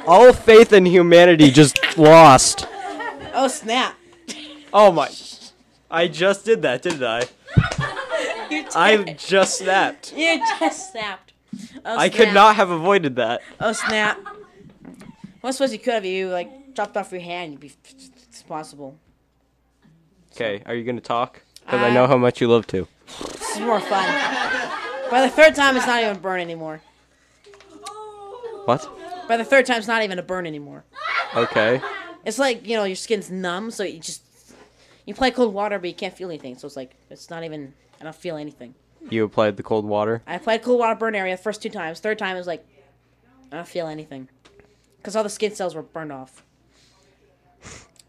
Speaker 3: All faith in humanity just lost.
Speaker 2: Oh, snap.
Speaker 3: Oh my. I just did that, didn't I? I just snapped.
Speaker 2: You just snapped. Oh,
Speaker 3: I could
Speaker 2: snap.
Speaker 3: not have avoided that.
Speaker 2: Oh, snap. Well, I suppose you could have. You, like, chopped off your hand. You'd be responsible.
Speaker 3: Okay, are you going to talk? Because I
Speaker 2: Uh,
Speaker 3: know how much you love to.
Speaker 2: This is more fun. By the third time, it's not even a burn anymore.
Speaker 3: What?
Speaker 2: By the third time, it's not even a burn anymore.
Speaker 3: Okay.
Speaker 2: It's like you know your skin's numb, so you just you apply cold water, but you can't feel anything. So it's like it's not even I don't feel anything.
Speaker 3: You applied the cold water.
Speaker 2: I applied cold water burn area the first two times. Third time it was like I don't feel anything because all the skin cells were burned off.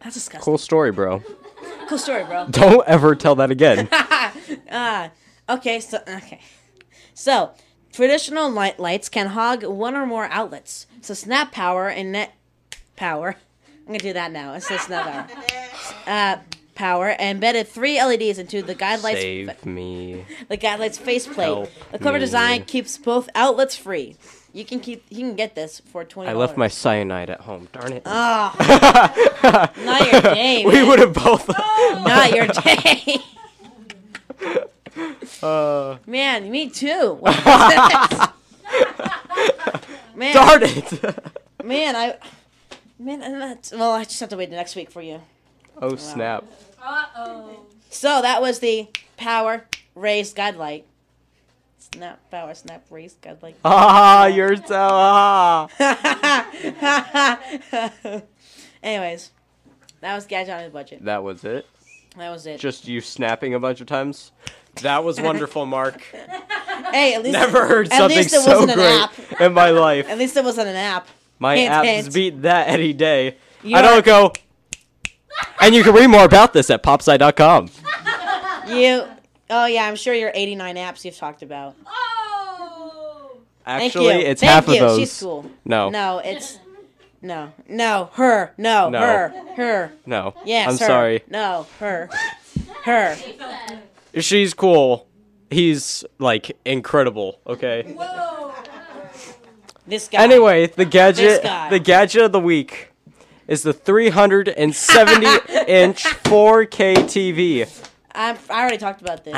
Speaker 2: That's disgusting.
Speaker 3: Cool story, bro.
Speaker 2: Cool, story, bro.
Speaker 3: Don't ever tell that again.
Speaker 2: Okay, so okay, so traditional light lights can hog one or more outlets. So snap power and net power. I'm gonna do that now. It says snap power. Uh, power embedded three LEDs into the guidelights.
Speaker 3: Save me.
Speaker 2: the guideline's faceplate.
Speaker 3: Help
Speaker 2: The clever
Speaker 3: me.
Speaker 2: design keeps both outlets free. You can keep you can get this for twenty.
Speaker 3: I left my cyanide at home. Darn it.
Speaker 2: Ah. not your day.
Speaker 3: we
Speaker 2: man.
Speaker 3: would have both.
Speaker 2: not your day.
Speaker 3: Uh.
Speaker 2: Man, me too. What was this? man,
Speaker 3: Darn it.
Speaker 2: man, I, man, I'm not. Well, I just have to wait the next week for you.
Speaker 3: oh snap.
Speaker 2: So that was the power raised godlike. Snap power, snap raised godlike.
Speaker 3: Ah, you're so ah.
Speaker 2: Anyways, that was Gadget on his budget.
Speaker 3: That was it.
Speaker 2: That was it.
Speaker 3: Just you snapping a bunch of times. That was wonderful, Mark.
Speaker 2: hey, at least
Speaker 3: Never heard
Speaker 2: At
Speaker 3: something
Speaker 2: least it
Speaker 3: so
Speaker 2: wasn't an
Speaker 3: great in my life.
Speaker 2: at least it wasn't an app.
Speaker 3: My
Speaker 2: Hint,
Speaker 3: apps
Speaker 2: hint.
Speaker 3: beat that any day.
Speaker 2: You
Speaker 3: I
Speaker 2: are-
Speaker 3: don't go. and you can read more about this at popside.com.
Speaker 2: You. Oh yeah, I'm sure your 89 apps you've talked about. Thank
Speaker 3: Actually,
Speaker 2: you.
Speaker 3: it's
Speaker 2: Thank
Speaker 3: half
Speaker 2: you.
Speaker 3: of those.
Speaker 2: She's cool.
Speaker 3: No, no,
Speaker 2: No, it's no, no, her, no,
Speaker 3: No.
Speaker 2: her, her. Yes,
Speaker 3: I'm
Speaker 2: her.
Speaker 3: sorry.
Speaker 2: No, her, her.
Speaker 3: She's cool. He's like incredible. Okay.
Speaker 2: This guy.
Speaker 3: Anyway, the gadget,
Speaker 2: guy.
Speaker 3: the gadget of the week, is the 370 inch 4K TV.
Speaker 2: I'm, I already talked about this.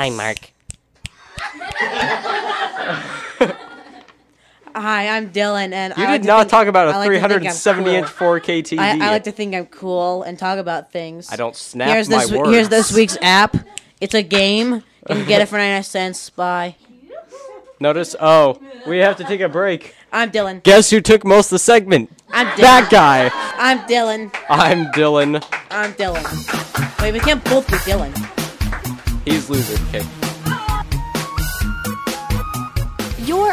Speaker 2: Hi, I'm Dylan, and
Speaker 3: You
Speaker 2: I like
Speaker 3: did
Speaker 2: to
Speaker 3: not
Speaker 2: think-
Speaker 3: talk about a
Speaker 2: I like to think I'm
Speaker 3: 370 inch
Speaker 2: cool.
Speaker 3: 4K TV.
Speaker 2: I, I like to think I'm cool and talk about things.
Speaker 3: I don't snap
Speaker 2: here's
Speaker 3: my
Speaker 2: this,
Speaker 3: words.
Speaker 2: Here's this week's app. It's a game. You can get it for 99 cents. Bye.
Speaker 3: Notice. Oh, we have to take a break.
Speaker 2: I'm Dylan.
Speaker 3: Guess who took most of the segment?
Speaker 2: I'm Dylan.
Speaker 3: That guy.
Speaker 2: I'm Dylan.
Speaker 3: I'm Dylan.
Speaker 2: I'm Dylan. Wait, we can't both be Dylan.
Speaker 3: He's loser. Okay.
Speaker 6: You're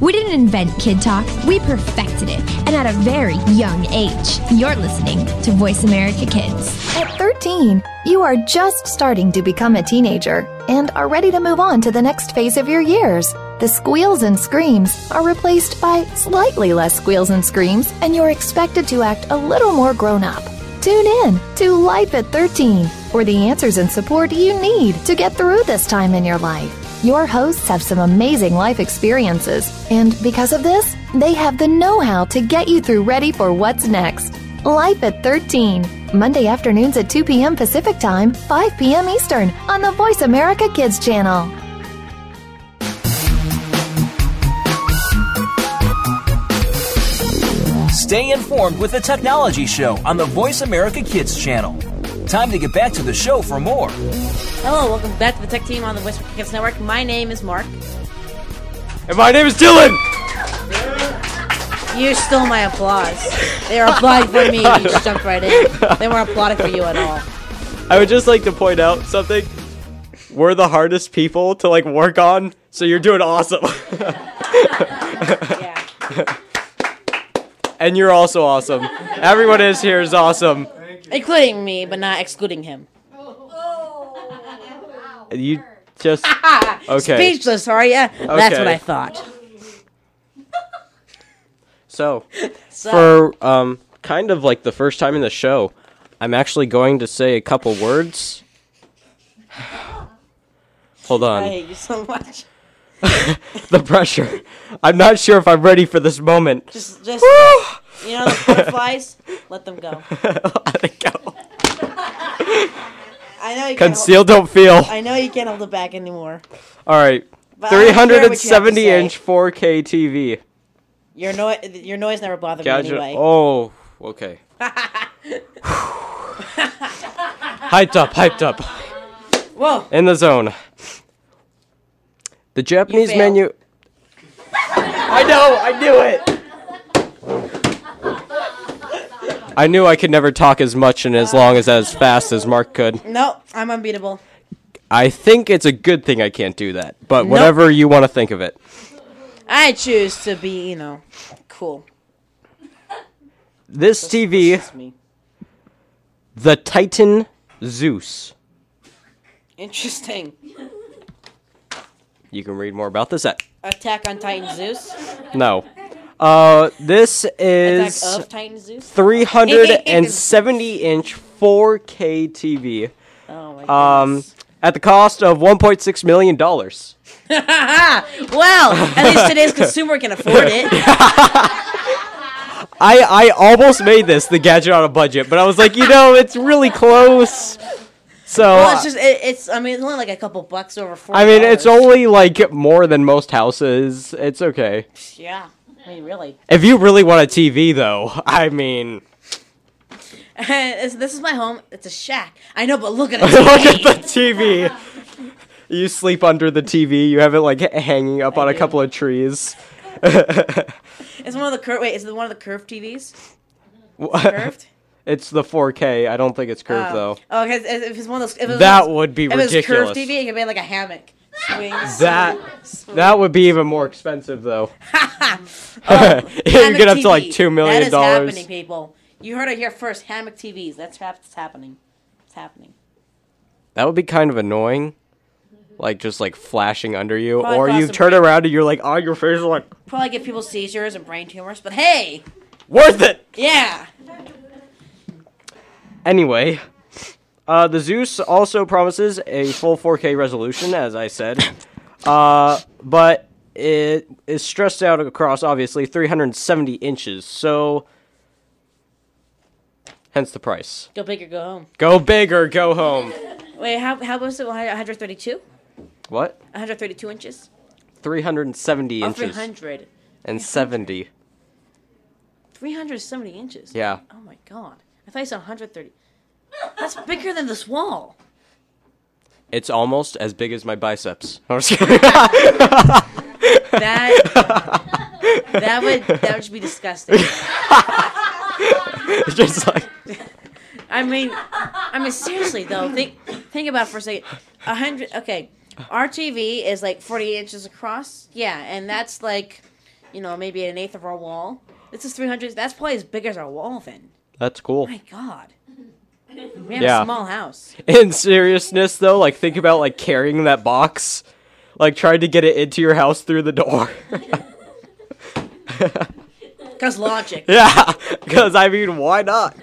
Speaker 8: We didn't invent Kid Talk, we perfected it, and at a very young age. You're listening to Voice America Kids.
Speaker 6: At 13, you are just starting to become a teenager and are ready to move on to the next phase of your years. The squeals and screams are replaced by slightly less squeals and screams, and you're expected to act a little more grown up. Tune in to Life at 13 for the answers and support you need to get through this time in your life. Your hosts have some amazing life experiences, and because of this, they have the know how to get you through ready for what's next. Life at 13. Monday afternoons at 2 p.m. Pacific Time, 5 p.m. Eastern on the Voice America Kids channel.
Speaker 1: Stay informed with the Technology Show on the Voice America Kids channel. Time to get back to the show for more.
Speaker 2: Hello, welcome back to the Tech Team on the Whisper Kids Network. My name is Mark.
Speaker 3: And my name is Dylan.
Speaker 2: You stole my applause. They were applauding for me and you just jumped right in. They weren't applauding for you at all.
Speaker 3: I would just like to point out something. We're the hardest people to like work on, so you're doing awesome.
Speaker 2: Yeah.
Speaker 3: and you're also awesome. Everyone is here is awesome.
Speaker 2: Including me, but not excluding him.
Speaker 3: You just okay.
Speaker 2: Speechless, are ya? That's what
Speaker 3: Okay.
Speaker 2: I thought.
Speaker 3: So
Speaker 2: So,
Speaker 3: for um kind of like the first time in the show, I'm actually going to say a couple words. Hold on.
Speaker 2: I hate you so much.
Speaker 3: The pressure. I'm not sure if I'm ready for this moment.
Speaker 2: Just, just you know the butterflies? Let them go.
Speaker 3: Let it go.
Speaker 2: I know you can't hold,
Speaker 3: Conceal, don't feel.
Speaker 2: I know you can't hold it back anymore.
Speaker 3: All right.
Speaker 2: But I don't care what you have to
Speaker 3: 370
Speaker 2: say.
Speaker 3: inch 4K TV.
Speaker 2: Your noise, your noise never bothered
Speaker 3: Gadget.
Speaker 2: me anyway.
Speaker 3: Oh, okay. hyped up, hyped up.
Speaker 2: Whoa!
Speaker 3: In the zone. The Japanese
Speaker 2: failed.
Speaker 3: menu. I know, I knew it. I knew I could never talk as much and as long as as fast as Mark could.
Speaker 2: No, I'm unbeatable.
Speaker 3: I think it's a good thing I can't do that, but whatever you want to think of it.
Speaker 2: I choose to be, you know, cool.
Speaker 3: This TV,
Speaker 2: That's me.
Speaker 3: the Titan Zeus.
Speaker 2: Interesting.
Speaker 3: You can read more about this at
Speaker 2: Attack on Titan Zeus.
Speaker 3: No. Uh, this
Speaker 2: Attack
Speaker 3: is
Speaker 2: of Titan Zeus.
Speaker 3: 370 inch 4K TV.
Speaker 2: Oh my goodness.
Speaker 3: Um, at the cost of 1.6 million dollars.
Speaker 2: Ah, Well, at least today's consumer can afford it.
Speaker 3: I I almost made this the gadget on a budget, but I was like, you know, it's really close. So
Speaker 2: Well, it's just it, it's. I mean, it's only like a couple bucks over four.
Speaker 3: I mean, it's only like more than most houses. It's okay.
Speaker 2: Yeah, I mean, really.
Speaker 3: If you really want a TV, though, I mean,
Speaker 2: It's- this is my home. It's a shack. I know, but look at it.
Speaker 3: look at the TV. You sleep under the TV. You have it like h- hanging up on a
Speaker 2: do.
Speaker 3: couple of trees.
Speaker 2: It's one of the curved. Wait, is it one of the curved TVs?
Speaker 3: Wha-
Speaker 2: Curved.
Speaker 3: it's the 4K. I don't think it's curved though.
Speaker 2: Oh, because if it's one of those, if it was one
Speaker 3: That
Speaker 2: of those-
Speaker 3: would be
Speaker 2: if it was
Speaker 3: ridiculous.
Speaker 2: curved TV, it could be like a hammock. Swings.
Speaker 3: That that would be even more expensive though. You're
Speaker 2: Hammock
Speaker 3: gonna have to like
Speaker 2: TV.
Speaker 3: two million
Speaker 2: That is
Speaker 3: dollars.
Speaker 2: happening, people. You heard it here first. Hammock TVs. That's hap- it's happening. It's happening.
Speaker 3: That would be kind of annoying. Like just like flashing under you,
Speaker 2: Probably
Speaker 3: or
Speaker 2: cost
Speaker 3: you
Speaker 2: some
Speaker 3: turn
Speaker 2: money.
Speaker 3: around and you're like on your face, like
Speaker 2: Probably get people seizures and brain tumors, but hey,
Speaker 3: worth it.
Speaker 2: yeah.
Speaker 3: Anyway, uh, the Zeus also promises a full 4K resolution, as I said, uh, but it is stressed out across obviously 370 inches. So, hence the price.
Speaker 2: Go big or go home.
Speaker 3: Go big or go home.
Speaker 2: Wait, how how was it? 132?
Speaker 3: What?
Speaker 2: 132 inches?
Speaker 3: 370
Speaker 2: Or
Speaker 3: inches
Speaker 2: 300?
Speaker 3: and 70.
Speaker 2: 370 inches.
Speaker 3: Yeah.
Speaker 2: Oh my god. I thought you said 130. That's bigger than this wall.
Speaker 3: It's almost as big as my biceps. I'm just kidding.
Speaker 2: That that would that would just be disgusting.
Speaker 3: just like
Speaker 2: I mean, I mean seriously though. Think think about it for a second. A hundred. Okay, our TV is like forty inches across. Yeah, and that's like, you know, maybe an eighth of our wall. This is three hundred. That's probably as big as our wall. Then
Speaker 3: that's cool.
Speaker 2: my God, we have
Speaker 3: Yeah.
Speaker 2: a small house.
Speaker 3: in seriousness though like think about like carrying that box like trying to get it into your house through the door
Speaker 2: Cause logic.
Speaker 3: yeah because i mean why not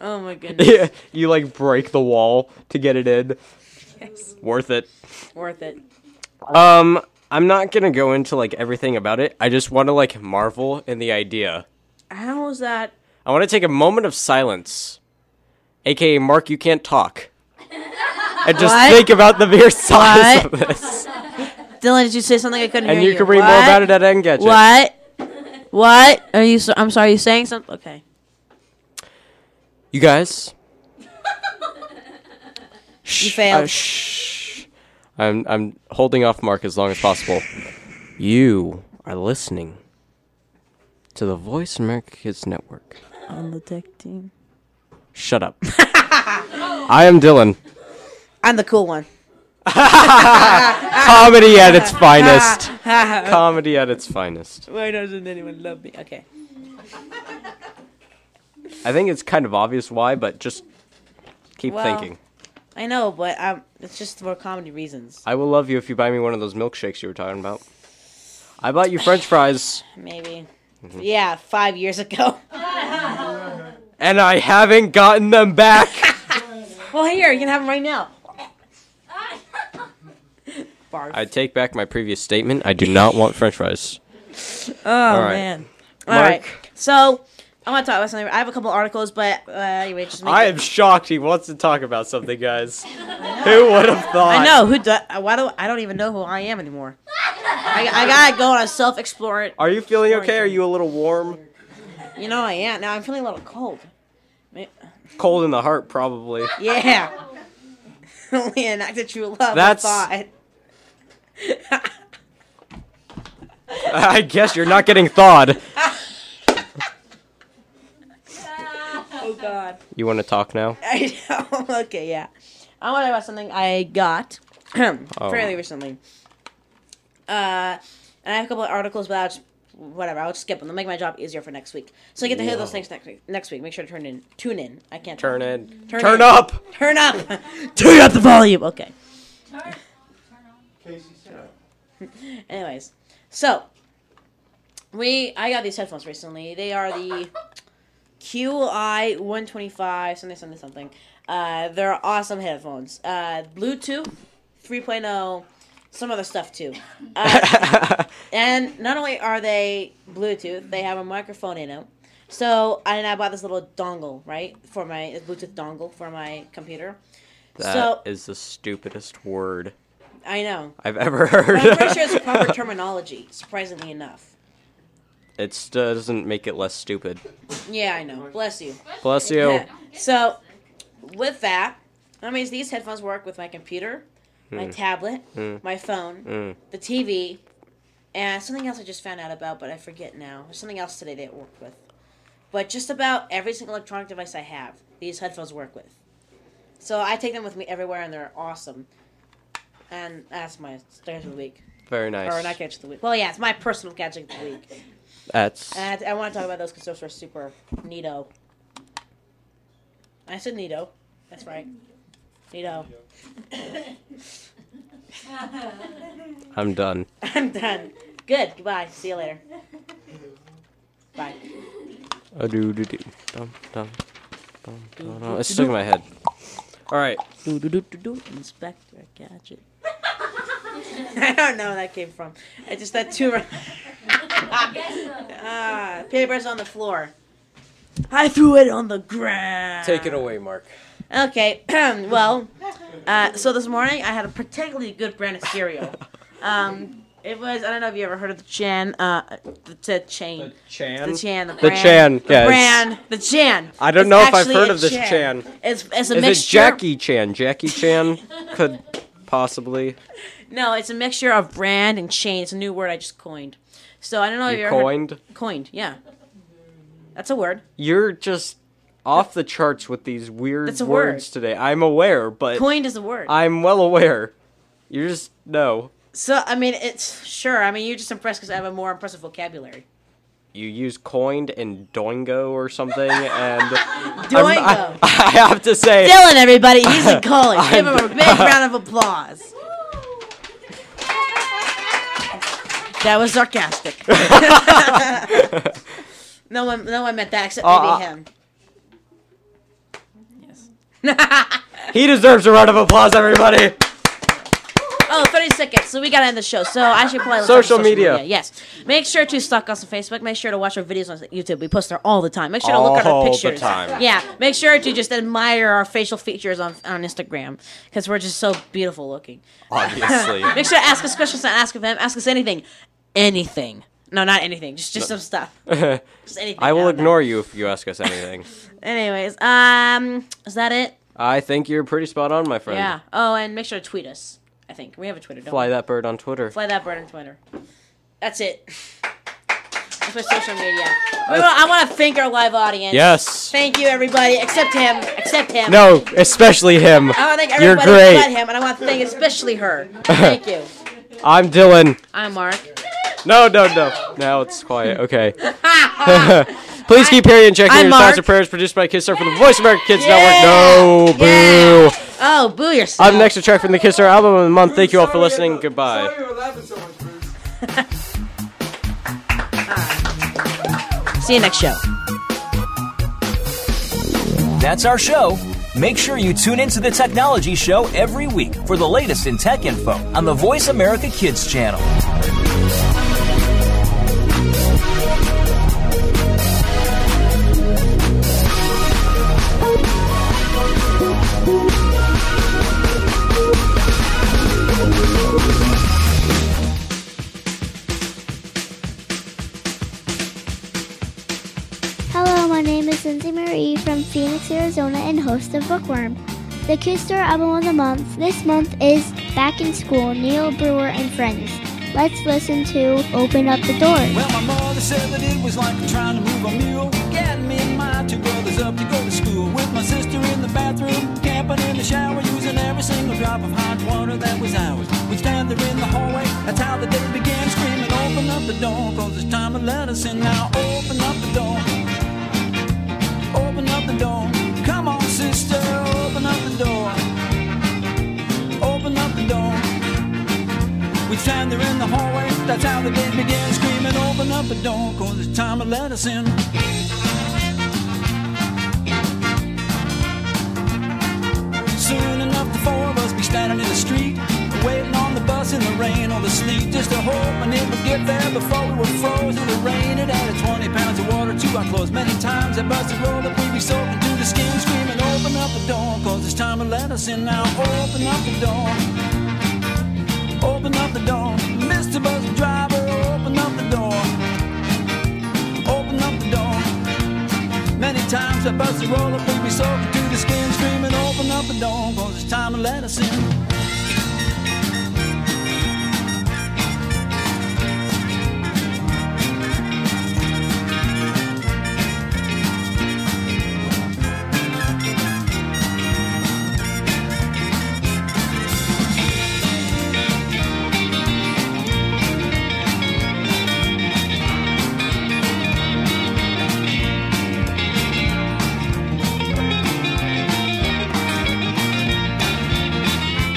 Speaker 2: Oh my goodness,
Speaker 3: Yeah, you like break the wall to get it in worth it
Speaker 2: worth it.
Speaker 3: um i'm not gonna go into like everything about it i just want to like marvel in the idea
Speaker 2: How is that?
Speaker 3: i want to take a moment of silence aka mark you can't talk and just
Speaker 2: What?
Speaker 3: think about the mere size of this
Speaker 2: Dylan, did you say something I couldn't
Speaker 3: and
Speaker 2: hear?
Speaker 3: you can read more
Speaker 2: What?
Speaker 3: about it at engadget
Speaker 2: What? What are you? So- I'm sorry. You saying something? Okay.
Speaker 3: You guys.
Speaker 2: You failed.
Speaker 3: Oh, shh. I'm I'm holding off Mark as long as possible. You are listening to the Voice America Kids Network.
Speaker 2: On the tech team.
Speaker 3: Shut up. I am Dylan.
Speaker 2: I'm the cool one.
Speaker 3: Comedy at its finest. Comedy at its finest.
Speaker 2: Why doesn't anyone love me? Okay.
Speaker 3: I think it's kind of obvious why, but just keep
Speaker 2: Well-
Speaker 3: thinking.
Speaker 2: I know, but um, it's just for comedy reasons.
Speaker 3: I will love you if you buy me one of those milkshakes you were talking about. I bought you french fries
Speaker 2: Maybe.
Speaker 3: Mm-hmm.
Speaker 2: Yeah, five years ago.
Speaker 3: and I haven't gotten them back.
Speaker 2: Well, here you can have them right now. Barf.
Speaker 3: I take back my previous statement. I do not want french fries.
Speaker 2: oh
Speaker 3: right.
Speaker 2: man. All
Speaker 3: Mark?
Speaker 2: right. So I want to talk about something. I have a couple articles, but uh, anyway, just make
Speaker 3: I
Speaker 2: it-
Speaker 3: am shocked he wants to talk about something, guys. Who would have thought?
Speaker 2: I know who. Do, uh, why do I don't even know who I am anymore. I, I gotta go on a self explore.
Speaker 3: Are you feeling okay? Are you a little warm?
Speaker 2: You know I am. Now I'm feeling a little cold. Ma-
Speaker 3: Cold in the heart, probably.
Speaker 2: Yeah. Only an act of true love. I
Speaker 3: That's-
Speaker 2: thought.
Speaker 3: I guess you're not getting thawed.
Speaker 2: Oh God.
Speaker 3: You want to talk now?
Speaker 2: I know. Okay, yeah. I want to talk about something I got fairly recently. Uh, and I have a couple of articles, but I'll just, whatever. I'll just skip them. They'll make my job easier for next week. So I get to hear those things next week. Next week, make sure to turn in. Tune in. I can't
Speaker 3: Turn in.
Speaker 2: Turn
Speaker 3: Turn,
Speaker 2: in.
Speaker 3: up.
Speaker 2: Turn up. turn up the volume. Okay. Anyways, so we I got these headphones recently. They are the QI one twenty five something something something. Uh, they're awesome headphones. Uh, Bluetooth 3.0, some other stuff too. Uh, and not only are they Bluetooth, they have a microphone in them. So and I bought this little dongle right for my Bluetooth dongle for my computer.
Speaker 3: That is
Speaker 2: so
Speaker 3: the stupidest word
Speaker 2: I know.
Speaker 3: I've ever
Speaker 2: I'm pretty sure
Speaker 3: heard.
Speaker 2: it's the proper terminology. Surprisingly enough.
Speaker 3: it still doesn't make it less stupid.
Speaker 2: Yeah, I know. Bless you.
Speaker 3: Bless you.
Speaker 2: Yeah. So, with that, I mean, these headphones work with my computer, my tablet, my phone, the TV, and something else I just found out about, but I forget now. There's something else today that it worked with. But just about every single electronic device I have, these headphones work with. So I take them with me everywhere, and they're awesome. And that's my catch of the week.
Speaker 3: Very nice.
Speaker 2: Or not catch of the week. Well, yeah, it's my personal gadget of the week.
Speaker 3: That's
Speaker 2: And I, I want to talk about those because those are super neato. I said neato. That's right. Neato.
Speaker 3: I'm done.
Speaker 2: I'm done. Good. Goodbye. See you later. Bye.
Speaker 3: do do do. Dum dum dum. dum, dum. It's stuck in my head. All right.
Speaker 2: Inspector Gadget. I don't know where that came from. I just that tumor. ah, papers on the floor. I threw it on the ground.
Speaker 3: Take it away, Mark.
Speaker 2: Okay, well, uh, so this morning I had a particularly good brand of cereal. Um, it was I don't know if you ever heard of the Chan, uh, the, the chain,
Speaker 9: Chan.
Speaker 2: the Chan, the, brand,
Speaker 3: Chan,
Speaker 2: the
Speaker 3: yeah, it's-
Speaker 2: brand, the Chan.
Speaker 3: I don't
Speaker 2: It's
Speaker 3: know if I've
Speaker 2: actually
Speaker 3: heard
Speaker 2: a
Speaker 3: of this Chan.
Speaker 2: It's it's a
Speaker 3: Is it
Speaker 2: mixture.
Speaker 3: Jackie Chan? Jackie Chan could possibly.
Speaker 2: No, it's a mixture of brand and chain. It's a new word I just coined. So I don't know if
Speaker 3: You
Speaker 2: you ever heard-
Speaker 3: coined?
Speaker 2: coined, yeah. That's a word.
Speaker 3: You're just off the charts with these weird
Speaker 2: That's
Speaker 3: words
Speaker 2: a word.
Speaker 3: today. I'm aware, but
Speaker 2: Coined is a word.
Speaker 3: I'm well aware. You're just no.
Speaker 2: so I mean, it's sure. I mean, you're just impressed because I have a more impressive vocabulary.
Speaker 3: You use coined and doingo or something, and
Speaker 2: Doingo.
Speaker 3: I, I have to say,
Speaker 2: Dylan, everybody, he's in college. Give him a big round of applause. That was sarcastic. no one, no one meant that except
Speaker 3: Uh,
Speaker 2: maybe him.
Speaker 3: he deserves a round of applause, everybody.
Speaker 2: Oh, 30 seconds. So we gotta end the show. So I should probably let's
Speaker 3: Social
Speaker 2: talk about
Speaker 3: media.
Speaker 2: Yes. Make sure to stalk us on Facebook. Make sure to watch our videos on YouTube. We post there all the time. Make sure to look at
Speaker 3: All
Speaker 2: our
Speaker 3: the
Speaker 2: pictures.
Speaker 3: time.
Speaker 2: Yeah. Make sure to just admire our facial features on on Instagram because we're just so beautiful looking.
Speaker 3: Obviously,
Speaker 2: Make sure to ask us questions, not ask of him. Ask us anything. Anything. No, not anything. Just just some stuff. just anything.
Speaker 3: I will
Speaker 2: don't know.
Speaker 3: ignore you if you ask us anything.
Speaker 2: Anyways, um, is that it?
Speaker 3: I think you're pretty spot on, my friend.
Speaker 2: Yeah. Oh, and make sure to tweet us. I think we have a Twitter. Don't
Speaker 3: Fly
Speaker 2: we?
Speaker 3: that bird on Twitter.
Speaker 2: Fly that bird on Twitter. That's it. That's my social media. We want, I want to thank our live audience.
Speaker 3: Yes.
Speaker 2: Thank you, everybody, except him. Except him.
Speaker 3: No, especially him.
Speaker 2: I want to Oh, thank
Speaker 3: You're
Speaker 2: everybody
Speaker 3: great.
Speaker 2: but him, and I want to thank especially her. Thank you.
Speaker 3: I'm Dylan.
Speaker 2: I'm Mark.
Speaker 3: No, no, no. Now it's quiet. Okay. Please keep hearing and checking
Speaker 2: I'm
Speaker 3: your thoughts
Speaker 2: Mark.
Speaker 3: and prayers produced by Kisser from the Voice America Kids
Speaker 2: Yeah.
Speaker 3: Network. No, boo.
Speaker 2: Yeah. Oh, boo yourself.
Speaker 3: I'm next to track from the Kisser album of the month. Thank you all for listening. Goodbye.
Speaker 9: Sorry you're laughing so much, Bruce.
Speaker 2: See you next show.
Speaker 1: That's our show. Make sure you tune into the Technology Show every week for the latest in tech info on the Voice America Kids channel.
Speaker 10: Hello, my name is Lindsay Marie from Phoenix, Arizona, and host of Bookworm. The Kids Store album of the month this month is Back in School, Neil Brewer and Friends. Let's listen to Open Up the Doors.
Speaker 4: Well, my mother said that it was like trying to move a mule. Getting me and my two brothers up to go to school. With my sister in the bathroom, camping in the shower, using every single drop of hot water that was ours. We'd stand there in the hallway, that's how the day began, screaming, Open up the door, cause it's time to let us in now. Open up the door. Open up the door. Come on, sister, open up the door. Open up the door. We'd stand there in the hallway, that's how the day began, screaming, open up the door, cause it's time to let us in. Both the four of us be standing in the street, waiting on the bus in the rain or the sleet, just to hoping it would get there before we were frozen to rain. It added 20 pounds of water to our clothes. Many times that bus would roll up, we'd be soaking to the skin, screaming, "Open up the door, 'cause it's time to let us in now. Open up the door." Open up the door, Mr. Bus Driver. Open up the door. Open up the door. Many times I bust the roll up, we be soaking to the skin, screaming, open up the door, cause it's time to let us in.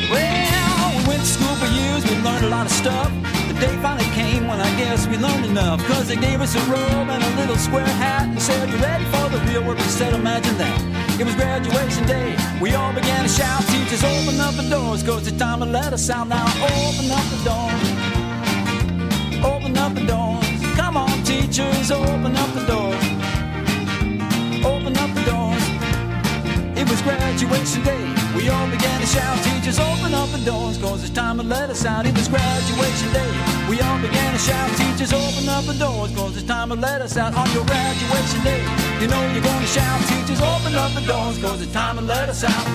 Speaker 4: Well, we went to school for years, we learned a lot of stuff. The day finally came when I guess we learned enough. Cause they gave us a robe and a little square hat and said, You ready for the real world? We said, Imagine that. It was graduation day. We all began to shout, Teachers, open up the doors, cause it's time to let us out now. Open up the door. Open up the doors. Come on, teachers, open up the doors. Open up the doors. It was graduation day. We all began to shout, teachers, open up the doors, cause it's time to let us out. It was graduation day. We all began to shout, teachers, open up the doors, cause it's time to let us out on your graduation day. You know you're gonna shout, teachers, open up the doors, cause it's time to let us out.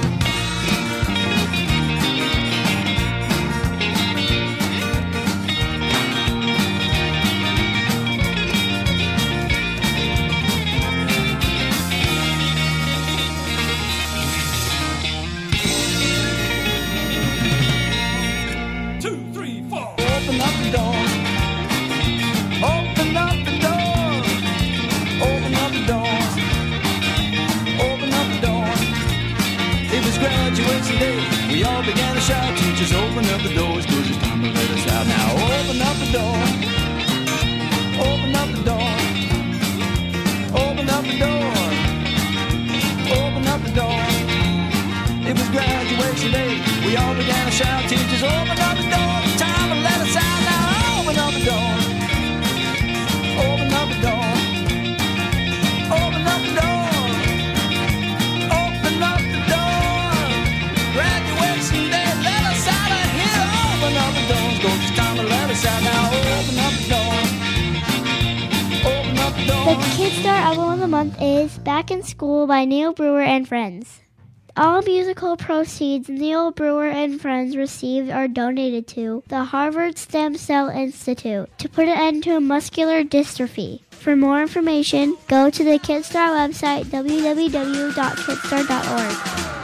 Speaker 4: two, three, four. Open up the door. Open up the door. Open up the door. Open up the door. It was graduation day. We all began to shout, teachers, open up the doors, cause it's time to let us out now. Open up the door. Open up the door. Open up the door. Open up the door. It was graduation day. We all began to shout, teachers, open up the door. It's time to let us out now. Open up the door. Open up the door. Open up the door. Open up the door. Graduation day. Let us out of here. Open up the door. It's time to let us out now. Open up the door. Open up the door.
Speaker 10: The Kidstar album of the month is Back in School by Neil Brewer and Friends. All musical proceeds Neil Brewer and Friends received are donated to the Harvard Stem Cell Institute to put an end to muscular dystrophy. For more information, go to the Kidstar website www.kidstar.org.